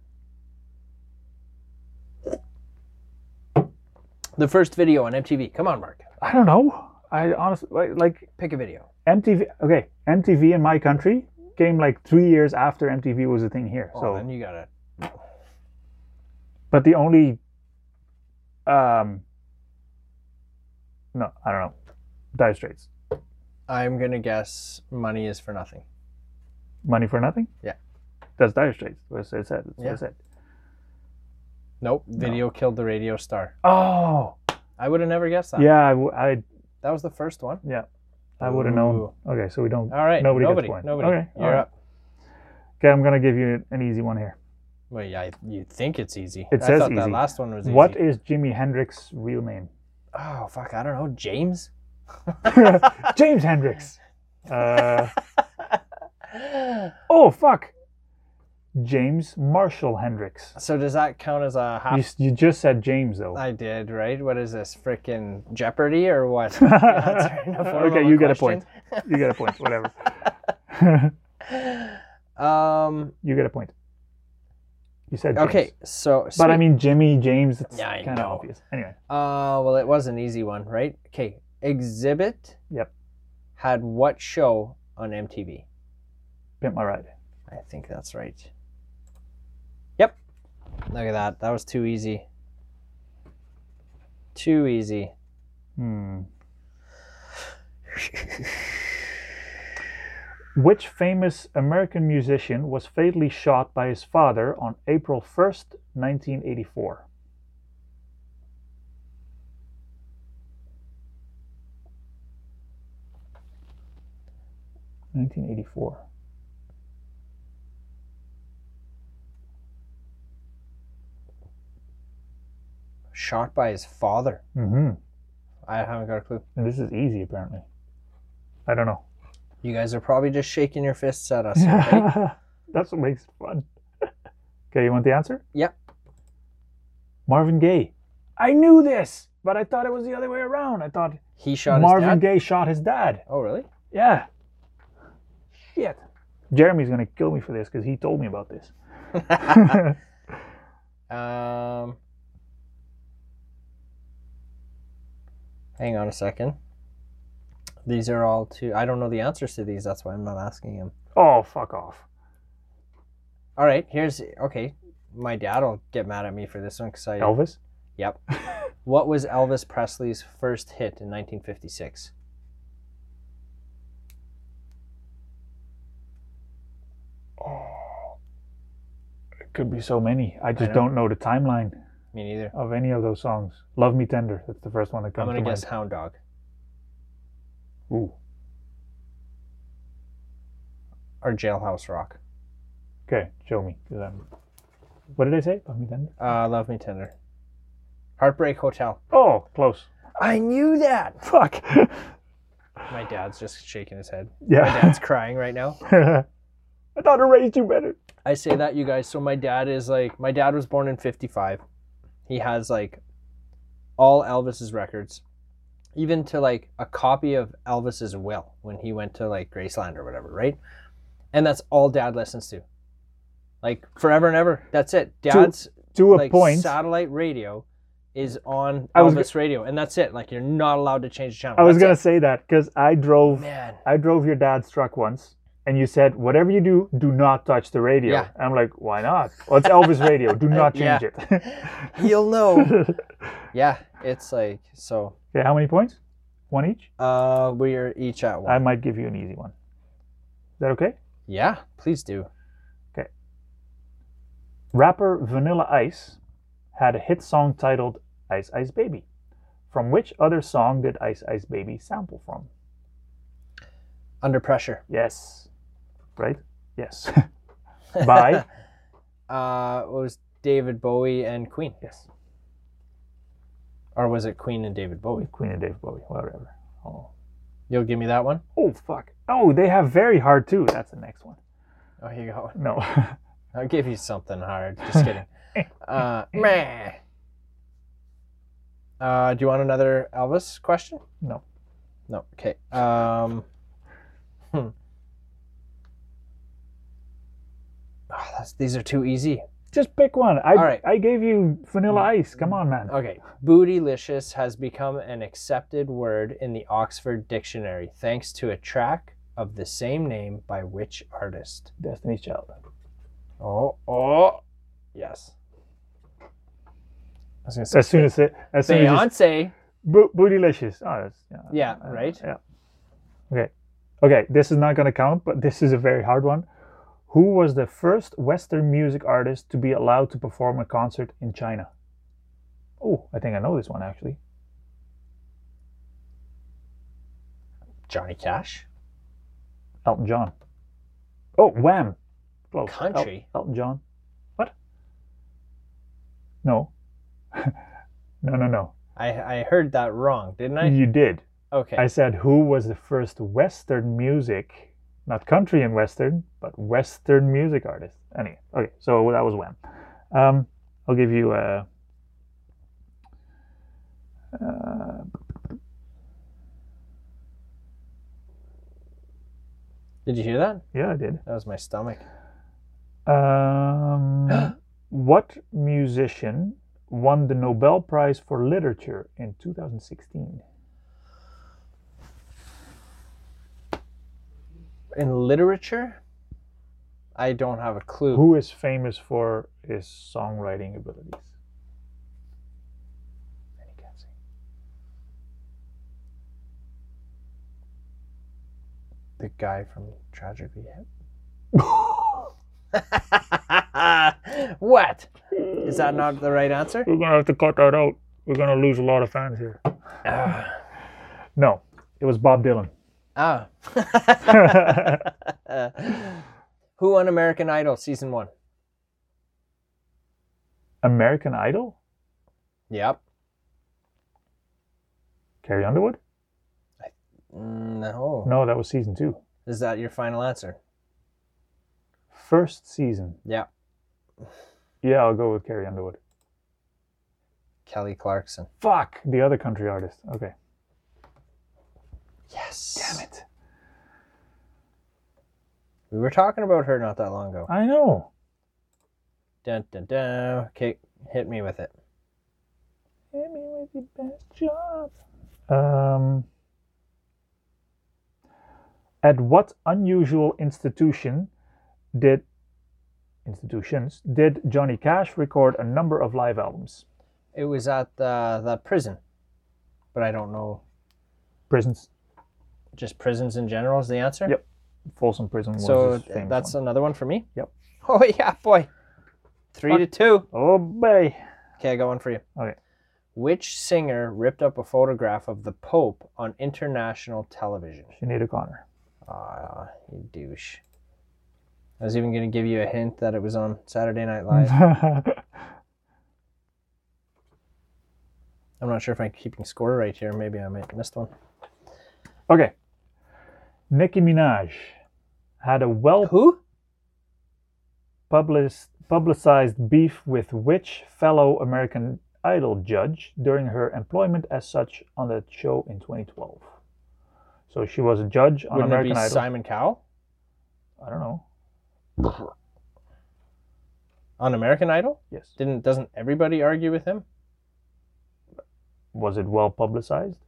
[SPEAKER 1] The first video on MTV. Come on, Mark.
[SPEAKER 2] I don't know. I honestly like, like
[SPEAKER 1] Pick a video.
[SPEAKER 2] MTV. Okay, MTV in my country came like three years after MTV was a thing here.
[SPEAKER 1] Oh,
[SPEAKER 2] so,
[SPEAKER 1] then you gotta.
[SPEAKER 2] but the only, um, no, I don't know. Dire Straits,
[SPEAKER 1] I'm gonna guess money is for nothing.
[SPEAKER 2] Money for Nothing.
[SPEAKER 1] Yeah.
[SPEAKER 2] that's Dire Straits. That's what it said. That's what
[SPEAKER 1] Yeah.
[SPEAKER 2] it said.
[SPEAKER 1] Nope. Video killed the radio star.
[SPEAKER 2] Oh,
[SPEAKER 1] I would have never guessed that.
[SPEAKER 2] yeah. I, w- I
[SPEAKER 1] That was the first one.
[SPEAKER 2] I would have known. Okay, so we don't.
[SPEAKER 1] All right.
[SPEAKER 2] Nobody
[SPEAKER 1] Nobody.
[SPEAKER 2] gets
[SPEAKER 1] Nobody.
[SPEAKER 2] one.
[SPEAKER 1] Nobody.
[SPEAKER 2] Okay, all
[SPEAKER 1] You're
[SPEAKER 2] right.
[SPEAKER 1] up.
[SPEAKER 2] Okay, I'm gonna give you an easy one here.
[SPEAKER 1] Well, yeah, I, you think it's easy.
[SPEAKER 2] It
[SPEAKER 1] I
[SPEAKER 2] says
[SPEAKER 1] thought that
[SPEAKER 2] easy.
[SPEAKER 1] last one was easy.
[SPEAKER 2] What is Jimi Hendrix's real name?
[SPEAKER 1] Oh fuck! I don't know. James.
[SPEAKER 2] James Hendrix. Uh, oh fuck! James Marshall Hendricks.
[SPEAKER 1] So does that count as a
[SPEAKER 2] You,
[SPEAKER 1] half?
[SPEAKER 2] s- you just said James though.
[SPEAKER 1] Ah. I did right. What is this frickin' Jeopardy or what?
[SPEAKER 2] okay, you get a point. You get a point. Whatever.
[SPEAKER 1] point. Um.
[SPEAKER 2] you get a point. You said James.
[SPEAKER 1] Okay. So.
[SPEAKER 2] But I
[SPEAKER 1] sweet.
[SPEAKER 2] mean Jimmy James. It's
[SPEAKER 1] Yeah, I
[SPEAKER 2] kind of
[SPEAKER 1] know.
[SPEAKER 2] obvious. Anyway,
[SPEAKER 1] Uh, well, it was an easy one, right? Okay. Exhibit.
[SPEAKER 2] Yep.
[SPEAKER 1] Had what show on MTV?
[SPEAKER 2] pimp my ride.
[SPEAKER 1] I think that's right. Yep. Look at that. That was too easy. Too easy.
[SPEAKER 2] Hmm. Which famous American musician was fatally shot by his father on April 1st, 1984? Nineteen eighty four.
[SPEAKER 1] Shot by his father.
[SPEAKER 2] Mm-hmm.
[SPEAKER 1] I haven't got a clue.
[SPEAKER 2] And this is easy apparently. I don't know.
[SPEAKER 1] You guys are probably just shaking your fists at us. right?
[SPEAKER 2] That's what makes it fun. okay, you want the answer?
[SPEAKER 1] Yep.
[SPEAKER 2] Marvin Gaye. I knew this, but I thought it was the other way around. I thought
[SPEAKER 1] he shot his
[SPEAKER 2] Marvin
[SPEAKER 1] dad.
[SPEAKER 2] Gaye shot his dad.
[SPEAKER 1] Oh, really?
[SPEAKER 2] Yeah. Shit. Jeremy's gonna kill me for this because he told me about this.
[SPEAKER 1] Um, hang on a second. These are all too. I don't know the answers to these. That's why I'm not asking him.
[SPEAKER 2] oh, fuck off.
[SPEAKER 1] All right, here's okay. My dad will get mad at me for this one because I.
[SPEAKER 2] Elvis?
[SPEAKER 1] Yep. what was Elvis Presley's first hit in 1956?
[SPEAKER 2] Oh, It could be so many. I just
[SPEAKER 1] know.
[SPEAKER 2] don't know the timeline
[SPEAKER 1] Me neither.
[SPEAKER 2] of any of those songs. Love Me Tender. That's the first one that
[SPEAKER 1] I'm
[SPEAKER 2] comes
[SPEAKER 1] gonna
[SPEAKER 2] to
[SPEAKER 1] guess
[SPEAKER 2] mind.
[SPEAKER 1] Hound Dog.
[SPEAKER 2] Ooh.
[SPEAKER 1] Or Jailhouse Rock.
[SPEAKER 2] Okay, show me. 'cause I'm- What did I say? Love Me Tender?
[SPEAKER 1] Uh, Love Me Tender. Heartbreak Hotel.
[SPEAKER 2] Oh, close.
[SPEAKER 1] I knew that.
[SPEAKER 2] Fuck.
[SPEAKER 1] My dad's just shaking his head. My
[SPEAKER 2] yeah.
[SPEAKER 1] dad's crying right now.
[SPEAKER 2] I thought I raised you better.
[SPEAKER 1] I say that you guys. So my dad is like my dad was born in 55. He has like all Elvis's records, even to like a copy of Elvis's will when he went to like Graceland or whatever, right? And that's all dad listens to. Like forever and ever. That's it. Dad's
[SPEAKER 2] To a
[SPEAKER 1] like
[SPEAKER 2] point.
[SPEAKER 1] satellite radio is on
[SPEAKER 2] I was
[SPEAKER 1] Elvis radio and that's it. Like you're not allowed to change the channel.
[SPEAKER 2] I was gonna
[SPEAKER 1] That's
[SPEAKER 2] say that because I drove,
[SPEAKER 1] it. man.
[SPEAKER 2] I drove your dad's truck once, and you said, "Whatever you do, do not touch the radio."
[SPEAKER 1] Yeah.
[SPEAKER 2] I'm like, "Why not? Well, it's Elvis radio. Do not
[SPEAKER 1] Yeah.
[SPEAKER 2] change it."
[SPEAKER 1] You'll know.
[SPEAKER 2] okay,
[SPEAKER 1] yeah, it's like so
[SPEAKER 2] how many points? One each.
[SPEAKER 1] uh we're each at one.
[SPEAKER 2] I might give you an easy one. Is that okay?
[SPEAKER 1] Yeah, please do.
[SPEAKER 2] Rapper Vanilla Ice had a hit song titled "Ice Ice Baby." From which other song did Ice Ice Baby sample from?
[SPEAKER 1] Under pressure.
[SPEAKER 2] Yes. Right? Yes. Bye.
[SPEAKER 1] Uh, it was David Bowie and Queen,
[SPEAKER 2] yes.
[SPEAKER 1] or was it Queen and David Bowie?
[SPEAKER 2] Queen and Dave Bowie, whatever. Oh.
[SPEAKER 1] You'll give me that one.
[SPEAKER 2] oh, fuck. Oh, they have very hard too. That's the next one.
[SPEAKER 1] Oh, here you go.
[SPEAKER 2] No.
[SPEAKER 1] I'll give you something hard. Just kidding. Uh, meh. Uh, do you want another Elvis question?
[SPEAKER 2] No.
[SPEAKER 1] No. Okay. Um. Hmm. Oh, that's, these are too easy.
[SPEAKER 2] Just pick one. I,
[SPEAKER 1] All right.
[SPEAKER 2] I gave you vanilla ice. Come on, man.
[SPEAKER 1] Okay, bootylicious has become an accepted word in the Oxford Dictionary thanks to a track of the same name by which artist?
[SPEAKER 2] Destiny's Child.
[SPEAKER 1] Oh, oh, yes. I was gonna say
[SPEAKER 2] As soon as it. As soon as. it's-
[SPEAKER 1] Beyonce.
[SPEAKER 2] Bo- bootylicious. Oh, that's,
[SPEAKER 1] Yeah, right?
[SPEAKER 2] Yeah. Okay. Okay, this is not going to count, but this is a very hard one. Who was the first Western music artist to be allowed to perform a concert in China? Oh, I think I know this one actually.
[SPEAKER 1] Johnny Cash.
[SPEAKER 2] Elton John. Oh, Wham. Close. El-
[SPEAKER 1] Country?
[SPEAKER 2] Elton John. What? No. no, no, no.
[SPEAKER 1] I, I heard that wrong, didn't I?
[SPEAKER 2] You did.
[SPEAKER 1] Okay.
[SPEAKER 2] I said who was the first Western music, not country and Western, but Western music artist. Anyway, okay, so that was Wham. Um, I'll give you a. Uh,
[SPEAKER 1] Did you hear that?
[SPEAKER 2] yeah, I did.
[SPEAKER 1] That was my stomach.
[SPEAKER 2] Um, what musician won the Nobel Prize for Literature in 2016?
[SPEAKER 1] In literature, I don't have a clue.
[SPEAKER 2] Who is famous for his songwriting abilities? Any guessing?
[SPEAKER 1] The guy from Tragically Hip. what? Is that not the right answer?
[SPEAKER 2] We're gonna have to cut that out. We're gonna lose a lot of fans here.
[SPEAKER 1] Ah.
[SPEAKER 2] No, it was Bob Dylan.
[SPEAKER 1] Ah. Who on American Idol season one?
[SPEAKER 2] American Idol?
[SPEAKER 1] Yep.
[SPEAKER 2] Carrie Underwood?
[SPEAKER 1] Mm, No.
[SPEAKER 2] No, that was season two.
[SPEAKER 1] Is that your final answer?
[SPEAKER 2] First season.
[SPEAKER 1] Yeah.
[SPEAKER 2] Yeah, I'll go with Carrie Underwood.
[SPEAKER 1] Kelly Clarkson.
[SPEAKER 2] Fuck! The other country artist. Okay.
[SPEAKER 1] Yes.
[SPEAKER 2] Damn it.
[SPEAKER 1] We were talking about her not that long ago.
[SPEAKER 2] I know.
[SPEAKER 1] Dun, dun, dun. Okay, hit me with it.
[SPEAKER 2] Hit me with your best job. Um, at what unusual institution did institutions did Johnny Cash record a number of live albums?
[SPEAKER 1] It was at the, the prison, but I don't know.
[SPEAKER 2] Prisons,
[SPEAKER 1] Just prisons in general is the answer.
[SPEAKER 2] Yep, Folsom Prison was
[SPEAKER 1] So
[SPEAKER 2] his famous
[SPEAKER 1] that's
[SPEAKER 2] one.
[SPEAKER 1] another one for me.
[SPEAKER 2] Yep.
[SPEAKER 1] Oh yeah, boy. Three to two.
[SPEAKER 2] oh boy.
[SPEAKER 1] Okay, I got one for you.
[SPEAKER 2] Okay.
[SPEAKER 1] Which singer ripped up a photograph of the Pope on international television?
[SPEAKER 2] Sinead O'Connor.
[SPEAKER 1] Ah, you douche. I was even going to give you a hint that it was on Saturday Night
[SPEAKER 2] Mm.
[SPEAKER 1] Live. I'm not sure if I'm keeping score right here. Maybe I might missed one.
[SPEAKER 2] okay. Nicki Minaj had a well
[SPEAKER 1] Who?
[SPEAKER 2] publis- publicized beef with which fellow American Idol judge during her employment as such on that show in 2012? So she was a judge on
[SPEAKER 1] Wouldn't
[SPEAKER 2] American
[SPEAKER 1] it be
[SPEAKER 2] Idol.
[SPEAKER 1] Simon Cowell
[SPEAKER 2] I don't know.
[SPEAKER 1] on American Idol?
[SPEAKER 2] Yes.
[SPEAKER 1] Didn't doesn't everybody argue with him?
[SPEAKER 2] Was it well publicized?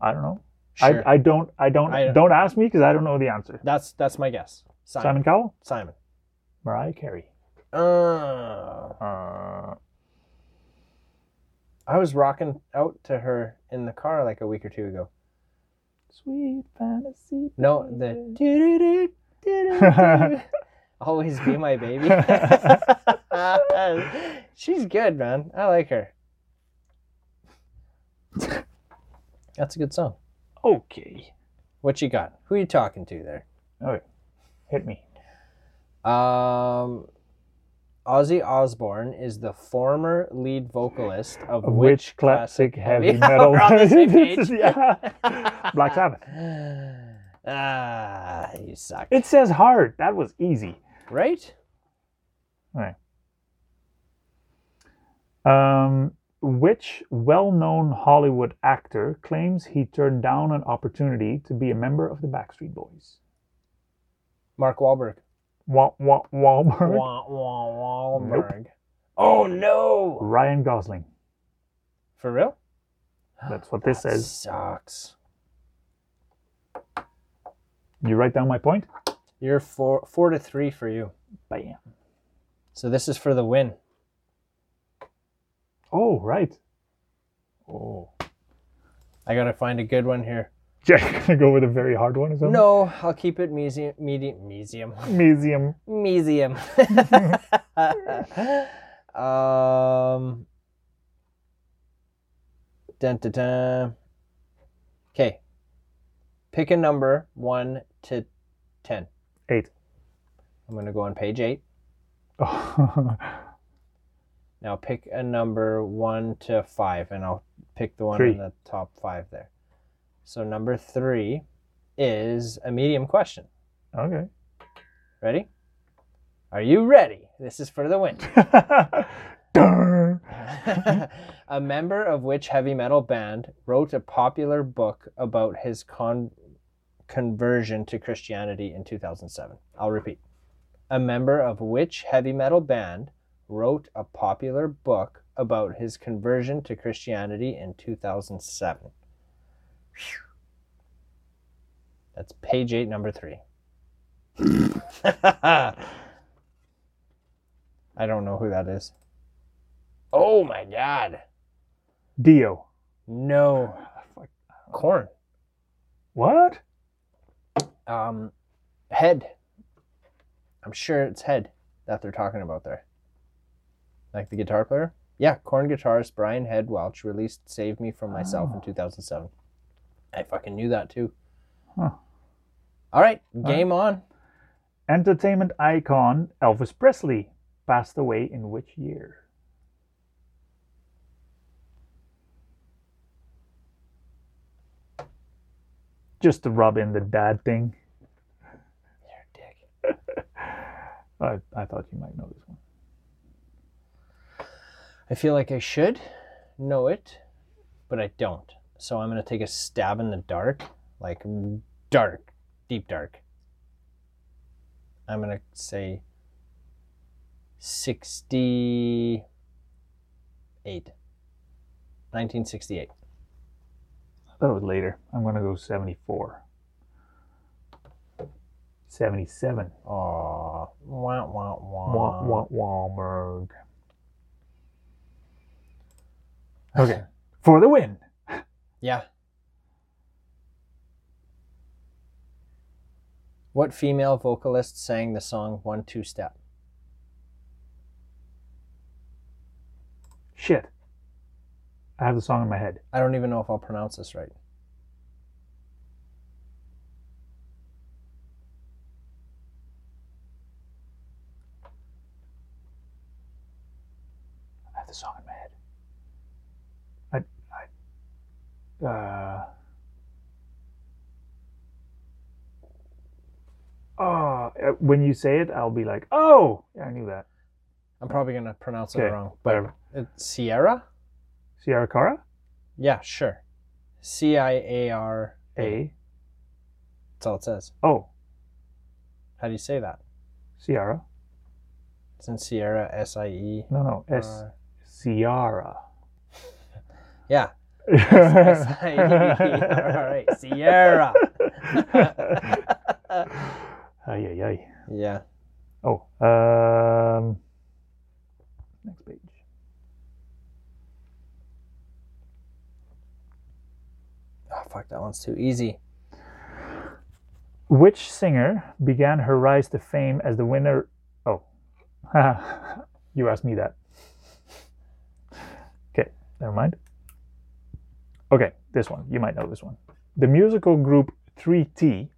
[SPEAKER 2] I don't know.
[SPEAKER 1] Sure.
[SPEAKER 2] I, I don't I don't
[SPEAKER 1] I-
[SPEAKER 2] don't ask me because I don't know the answer.
[SPEAKER 1] that's that's my guess. Simon.
[SPEAKER 2] Simon Cowell,
[SPEAKER 1] Simon.
[SPEAKER 2] Mariah Carey.
[SPEAKER 1] Uh,
[SPEAKER 2] Uh,
[SPEAKER 1] I was rocking out to her in the car like a week or two ago.
[SPEAKER 2] sweet fantasy.
[SPEAKER 1] No,
[SPEAKER 2] baby.
[SPEAKER 1] the always be my baby. She's good, man. I like her. That's a good song.
[SPEAKER 2] Okay.
[SPEAKER 1] What you got? Who you talking to there?
[SPEAKER 2] Hit me.
[SPEAKER 1] Um, Ozzy Osbourne is the former lead vocalist of,
[SPEAKER 2] Of
[SPEAKER 1] which,
[SPEAKER 2] which classic heavy metal?
[SPEAKER 1] We're on the same page.
[SPEAKER 2] yeah. Black Sabbath.
[SPEAKER 1] Ah, you suck.
[SPEAKER 2] It says hard. That was easy.
[SPEAKER 1] Right?
[SPEAKER 2] Um, which well-known Hollywood actor claims he turned down an opportunity to be a member of the Backstreet Boys?
[SPEAKER 1] Mark Wahlberg.
[SPEAKER 2] Wah, wah, Wahlberg.
[SPEAKER 1] Wah, wah, Wahlberg. Oh no!
[SPEAKER 2] Ryan Gosling.
[SPEAKER 1] For real?
[SPEAKER 2] That's what this
[SPEAKER 1] That
[SPEAKER 2] says.
[SPEAKER 1] sucks.
[SPEAKER 2] You write down my point.
[SPEAKER 1] You're four four to three for you.
[SPEAKER 2] Bam.
[SPEAKER 1] So this is for the win.
[SPEAKER 2] Oh right. Oh.
[SPEAKER 1] I gotta find a good one here.
[SPEAKER 2] Jack, gonna go with a very hard one or something?
[SPEAKER 1] No, I'll keep it museum, medium, museum,
[SPEAKER 2] Museum.
[SPEAKER 1] museum. um, dun, dun, dun. Okay, pick a number one to ten.
[SPEAKER 2] Eight.
[SPEAKER 1] I'm gonna go on page eight.
[SPEAKER 2] Oh.
[SPEAKER 1] Now pick a number one to five, and I'll pick the one
[SPEAKER 2] Three.
[SPEAKER 1] in the top five there. So number three is a medium question.
[SPEAKER 2] okay.
[SPEAKER 1] Ready? Are you ready? This is for the winter.
[SPEAKER 2] Durr.
[SPEAKER 1] a member of which heavy metal band wrote a popular book about his con- conversion to Christianity in 2007. I'll repeat. A member of which heavy metal band wrote a popular book about his conversion to Christianity in 2007. Phew. That's page 8 number 3. I don't know who that is. Oh my god.
[SPEAKER 2] Dio.
[SPEAKER 1] No.
[SPEAKER 2] Fuck.
[SPEAKER 1] Corn.
[SPEAKER 2] What?
[SPEAKER 1] Um head. I'm sure it's head that they're talking about there. Like the guitar player? Yeah, corn guitarist Brian Head Welch released Save Me From Myself in
[SPEAKER 2] Oh.
[SPEAKER 1] 2007. I fucking knew that too.
[SPEAKER 2] Huh.
[SPEAKER 1] All right, game on.
[SPEAKER 2] Entertainment icon Elvis Presley passed away in which year? Just to rub in the dad thing.
[SPEAKER 1] You're a dick.
[SPEAKER 2] I, I thought you might know this one.
[SPEAKER 1] I feel like I should know it, but I don't. So I'm gonna take a stab in the dark, like dark, deep dark. I'm gonna say sixty-eight. 1968.
[SPEAKER 2] I thought it was later. I'm going to go 74. 77.
[SPEAKER 1] Aww. Wah, wah, wah.
[SPEAKER 2] Wah, wah, Wahlberg. Okay. For the win.
[SPEAKER 1] Yeah. What female vocalist sang the song One Two Step?
[SPEAKER 2] Shit. I have the song in my head.
[SPEAKER 1] I don't even know if I'll pronounce this right.
[SPEAKER 2] I have the song in my head. I, I, uh, oh, uh, when you say it, I'll be like, oh, yeah, I knew that.
[SPEAKER 1] I'm probably gonna pronounce it
[SPEAKER 2] Okay,
[SPEAKER 1] wrong, but
[SPEAKER 2] Whatever.
[SPEAKER 1] it's Sierra.
[SPEAKER 2] Sierra Cara?
[SPEAKER 1] Yeah, sure. C I A R.
[SPEAKER 2] A.
[SPEAKER 1] That's all it says.
[SPEAKER 2] Oh,
[SPEAKER 1] How do you say that?
[SPEAKER 2] Sierra.
[SPEAKER 1] Isn't Sierra S I E?
[SPEAKER 2] No, no, S.
[SPEAKER 1] R?
[SPEAKER 2] Sierra.
[SPEAKER 1] Yeah.
[SPEAKER 2] S
[SPEAKER 1] S I E R. All right, Sierra.
[SPEAKER 2] Ay, ay, ay.
[SPEAKER 1] yeah.
[SPEAKER 2] Oh, um, next page.
[SPEAKER 1] Oh fuck, that one's too easy.
[SPEAKER 2] Which singer began her rise to fame as the winner? Oh, you asked me that. Okay, never mind. Okay, this one. You might know this one. The musical group 3T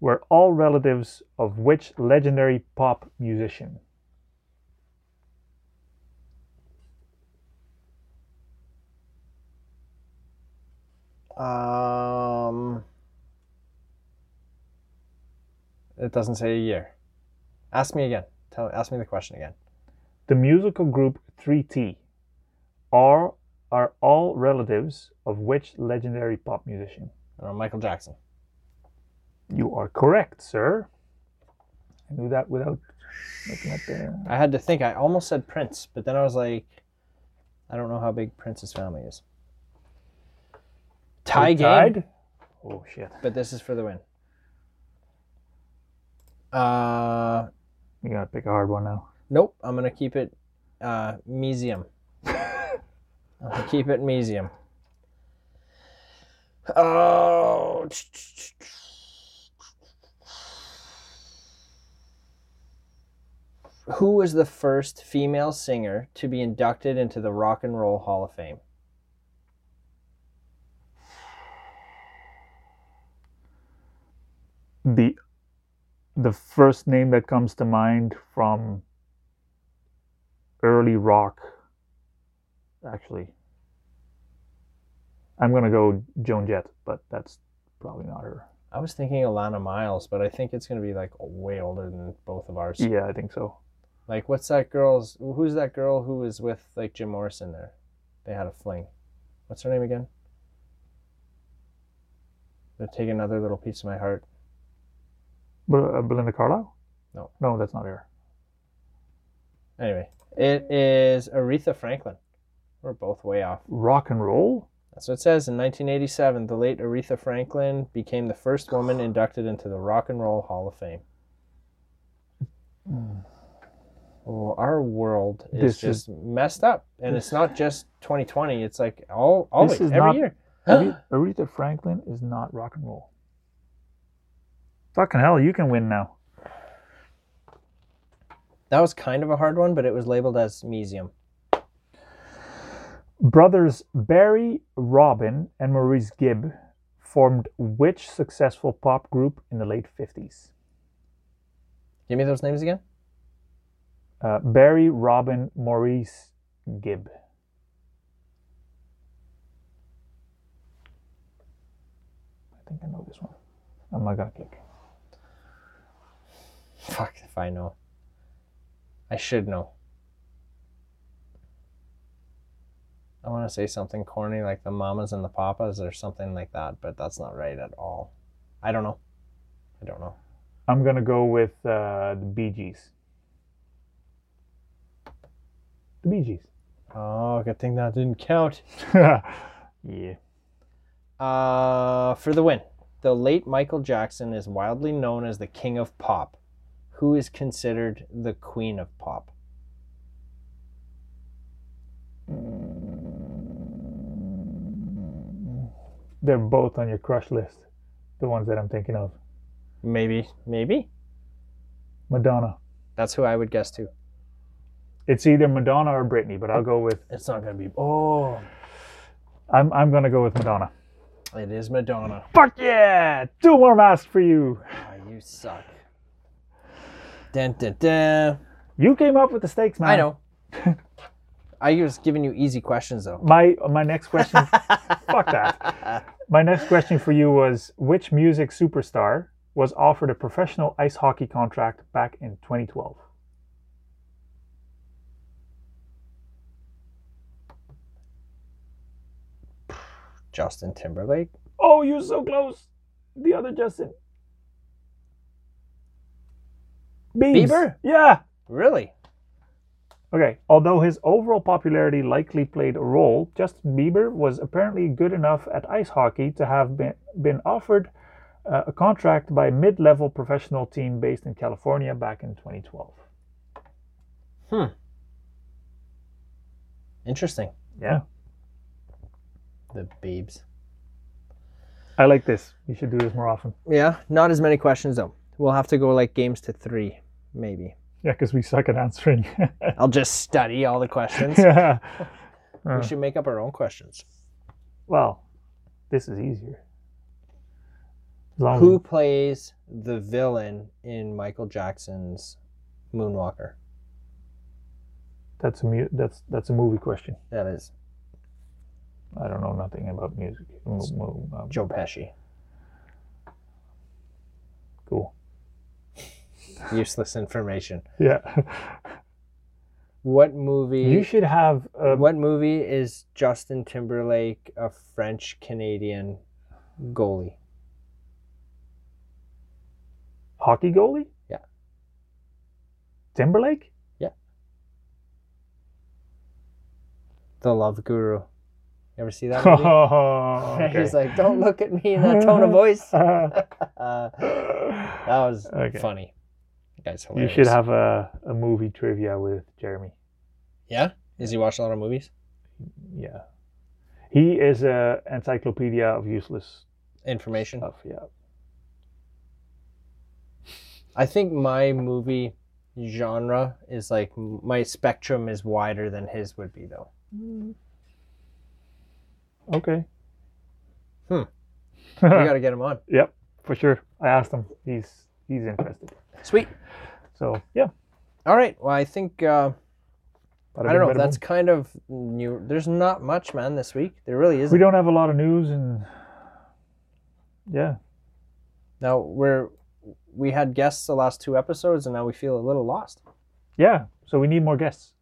[SPEAKER 2] were all relatives of which legendary pop musician?
[SPEAKER 1] Um. It doesn't say a year. Ask me again. Tell. Ask me the question again.
[SPEAKER 2] The musical group 3T are, are all relatives of which legendary pop musician?
[SPEAKER 1] I don't know, Michael Jackson.
[SPEAKER 2] You are correct, sir. I knew that without looking at the.
[SPEAKER 1] I had to think. I almost said Prince, but then I was like, I don't know how big Prince's family is. Tie
[SPEAKER 2] We
[SPEAKER 1] game,
[SPEAKER 2] tied? Oh shit!
[SPEAKER 1] but this is for the win. Uh,
[SPEAKER 2] You gotta pick a hard one now.
[SPEAKER 1] nope. I'm gonna keep it, uh, museum. I'm gonna keep it museum. Oh. Who was the first female singer to be inducted into the Rock and Roll Hall of Fame?
[SPEAKER 2] The the first name that comes to mind from early rock, actually. I'm gonna go Joan Jett, but that's probably not her.
[SPEAKER 1] I was thinking Alana Miles, but I think it's gonna be like way older than both of ours.
[SPEAKER 2] Yeah, I think so.
[SPEAKER 1] Like, what's that girl's? Who's that girl who was with like Jim Morrison there? They had a fling. What's her name again? They take another little piece of my heart.
[SPEAKER 2] Bel- uh, Belinda Carlisle?
[SPEAKER 1] No.
[SPEAKER 2] No, that's not her.
[SPEAKER 1] Anyway, it is Aretha Franklin. We're both way off.
[SPEAKER 2] Rock and roll?
[SPEAKER 1] That's what it says. In 1987, the late Aretha Franklin became the first woman inducted into the Rock and Roll Hall of Fame. Well, our world is
[SPEAKER 2] Hmm. This is-
[SPEAKER 1] just messed up, and it's not just 2020. It's like all always
[SPEAKER 2] is
[SPEAKER 1] every
[SPEAKER 2] not-
[SPEAKER 1] year.
[SPEAKER 2] Are- Aretha Franklin is not rock and roll. Fucking hell, you can win now.
[SPEAKER 1] That was kind of a hard one, but it was labeled as museum.
[SPEAKER 2] Brothers Barry, Robin, and Maurice Gibb formed which successful pop group in the late 50s?
[SPEAKER 1] Give me those names again.
[SPEAKER 2] Uh, Barry, Robin, Maurice Gibb. I think I know this one. I'm not gonna click.
[SPEAKER 1] Fuck if I know. I should know. I want to say something corny like the mamas and the papas or something like that, but that's not right at all. I don't know. I don't know.
[SPEAKER 2] I'm gonna go with uh, the Bee Gees. The Bee Gees.
[SPEAKER 1] Oh, good thing that didn't count.
[SPEAKER 2] yeah.
[SPEAKER 1] Uh, for the win. The late Michael Jackson is widely known as the king of pop. Who is considered the queen of pop?
[SPEAKER 2] They're both on your crush list. The ones that I'm thinking of.
[SPEAKER 1] Maybe, maybe.
[SPEAKER 2] Madonna.
[SPEAKER 1] That's who I would guess too.
[SPEAKER 2] It's either Madonna or Britney, but I'll go with.
[SPEAKER 1] It's not going to be. Oh,
[SPEAKER 2] I'm, I'm gonna go with Madonna.
[SPEAKER 1] it is Madonna.
[SPEAKER 2] Fuck yeah! Two more masks for you.
[SPEAKER 1] Oh, you suck. Dun, dun, dun.
[SPEAKER 2] You came up with the stakes, man.
[SPEAKER 1] I know. I was giving you easy questions though.
[SPEAKER 2] My my next question. fuck that. My next question for you was which music superstar was offered a professional ice hockey contract back in 2012?
[SPEAKER 1] Justin Timberlake.
[SPEAKER 2] Oh, you're so close. The other Justin. Biebs.
[SPEAKER 1] Bieber?
[SPEAKER 2] Yeah.
[SPEAKER 1] Really?
[SPEAKER 2] Okay. Although his overall popularity likely played a role, Justin Bieber was apparently good enough at ice hockey to have been, been offered uh, a contract by a mid level professional team based in California back in 2012.
[SPEAKER 1] Interesting.
[SPEAKER 2] Yeah.
[SPEAKER 1] The Biebs.
[SPEAKER 2] I like this. We should do this more often.
[SPEAKER 1] Yeah, not as many questions though. We'll have to go like games to three, maybe.
[SPEAKER 2] Yeah, because we suck at answering.
[SPEAKER 1] I'll just study all the questions.
[SPEAKER 2] yeah.
[SPEAKER 1] We should make up our own questions.
[SPEAKER 2] Well, this is easier. As long as
[SPEAKER 1] Who
[SPEAKER 2] you-
[SPEAKER 1] plays the villain in Michael Jackson's Moonwalker?
[SPEAKER 2] that's a mu- that's that's a movie question.
[SPEAKER 1] That is
[SPEAKER 2] I don't know nothing about music. Mo- mo- um,
[SPEAKER 1] Joe Pesci.
[SPEAKER 2] cool.
[SPEAKER 1] Useless information.
[SPEAKER 2] Yeah.
[SPEAKER 1] What movie?
[SPEAKER 2] you should have a
[SPEAKER 1] what movie is Justin Timberlake a French Canadian goalie?
[SPEAKER 2] hockey goalie.
[SPEAKER 1] Yeah.
[SPEAKER 2] Timberlake.
[SPEAKER 1] The Love Guru. You ever see that movie?
[SPEAKER 2] Oh,
[SPEAKER 1] Where
[SPEAKER 2] okay.
[SPEAKER 1] He's like, don't look at me in that tone of voice. Uh, that was
[SPEAKER 2] Okay.
[SPEAKER 1] funny. That guy's
[SPEAKER 2] you
[SPEAKER 1] hilarious.
[SPEAKER 2] should have a, a movie trivia with Jeremy.
[SPEAKER 1] Yeah? Does he watch a lot of movies?
[SPEAKER 2] Yeah. He is a encyclopedia of useless
[SPEAKER 1] Information.
[SPEAKER 2] stuff. Yeah.
[SPEAKER 1] I think my movie genre is like my spectrum is wider than his would be though.
[SPEAKER 2] Okay.
[SPEAKER 1] Hmm. We got to get him on.
[SPEAKER 2] Yep, for sure. I asked him. He's he's interested.
[SPEAKER 1] Sweet.
[SPEAKER 2] So yeah.
[SPEAKER 1] All right. Well, I think uh,
[SPEAKER 2] bada
[SPEAKER 1] I don't know.
[SPEAKER 2] bing, bada
[SPEAKER 1] That's kind of new. There's not much, man, this week. There really
[SPEAKER 2] boom. we
[SPEAKER 1] isn't.
[SPEAKER 2] don't have a lot of news and yeah,
[SPEAKER 1] Now we're we had guests the last two episodes, and now we feel a little lost.
[SPEAKER 2] Yeah, so we need more guests.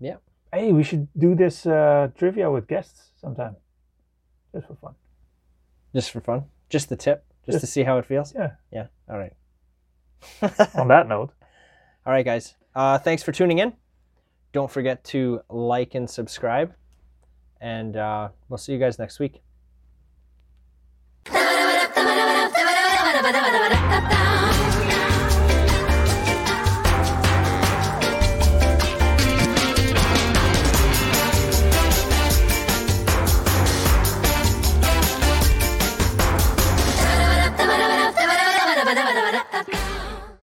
[SPEAKER 1] Yeah.
[SPEAKER 2] Hey, we should do this uh, trivia with guests sometime, just for fun.
[SPEAKER 1] Just for fun, just the tip, just to see how it feels.
[SPEAKER 2] Yeah.
[SPEAKER 1] Yeah. All right.
[SPEAKER 2] On that note,
[SPEAKER 1] All right, guys. Uh, thanks for tuning in. Don't forget to like and subscribe, and uh, we'll see you guys next week.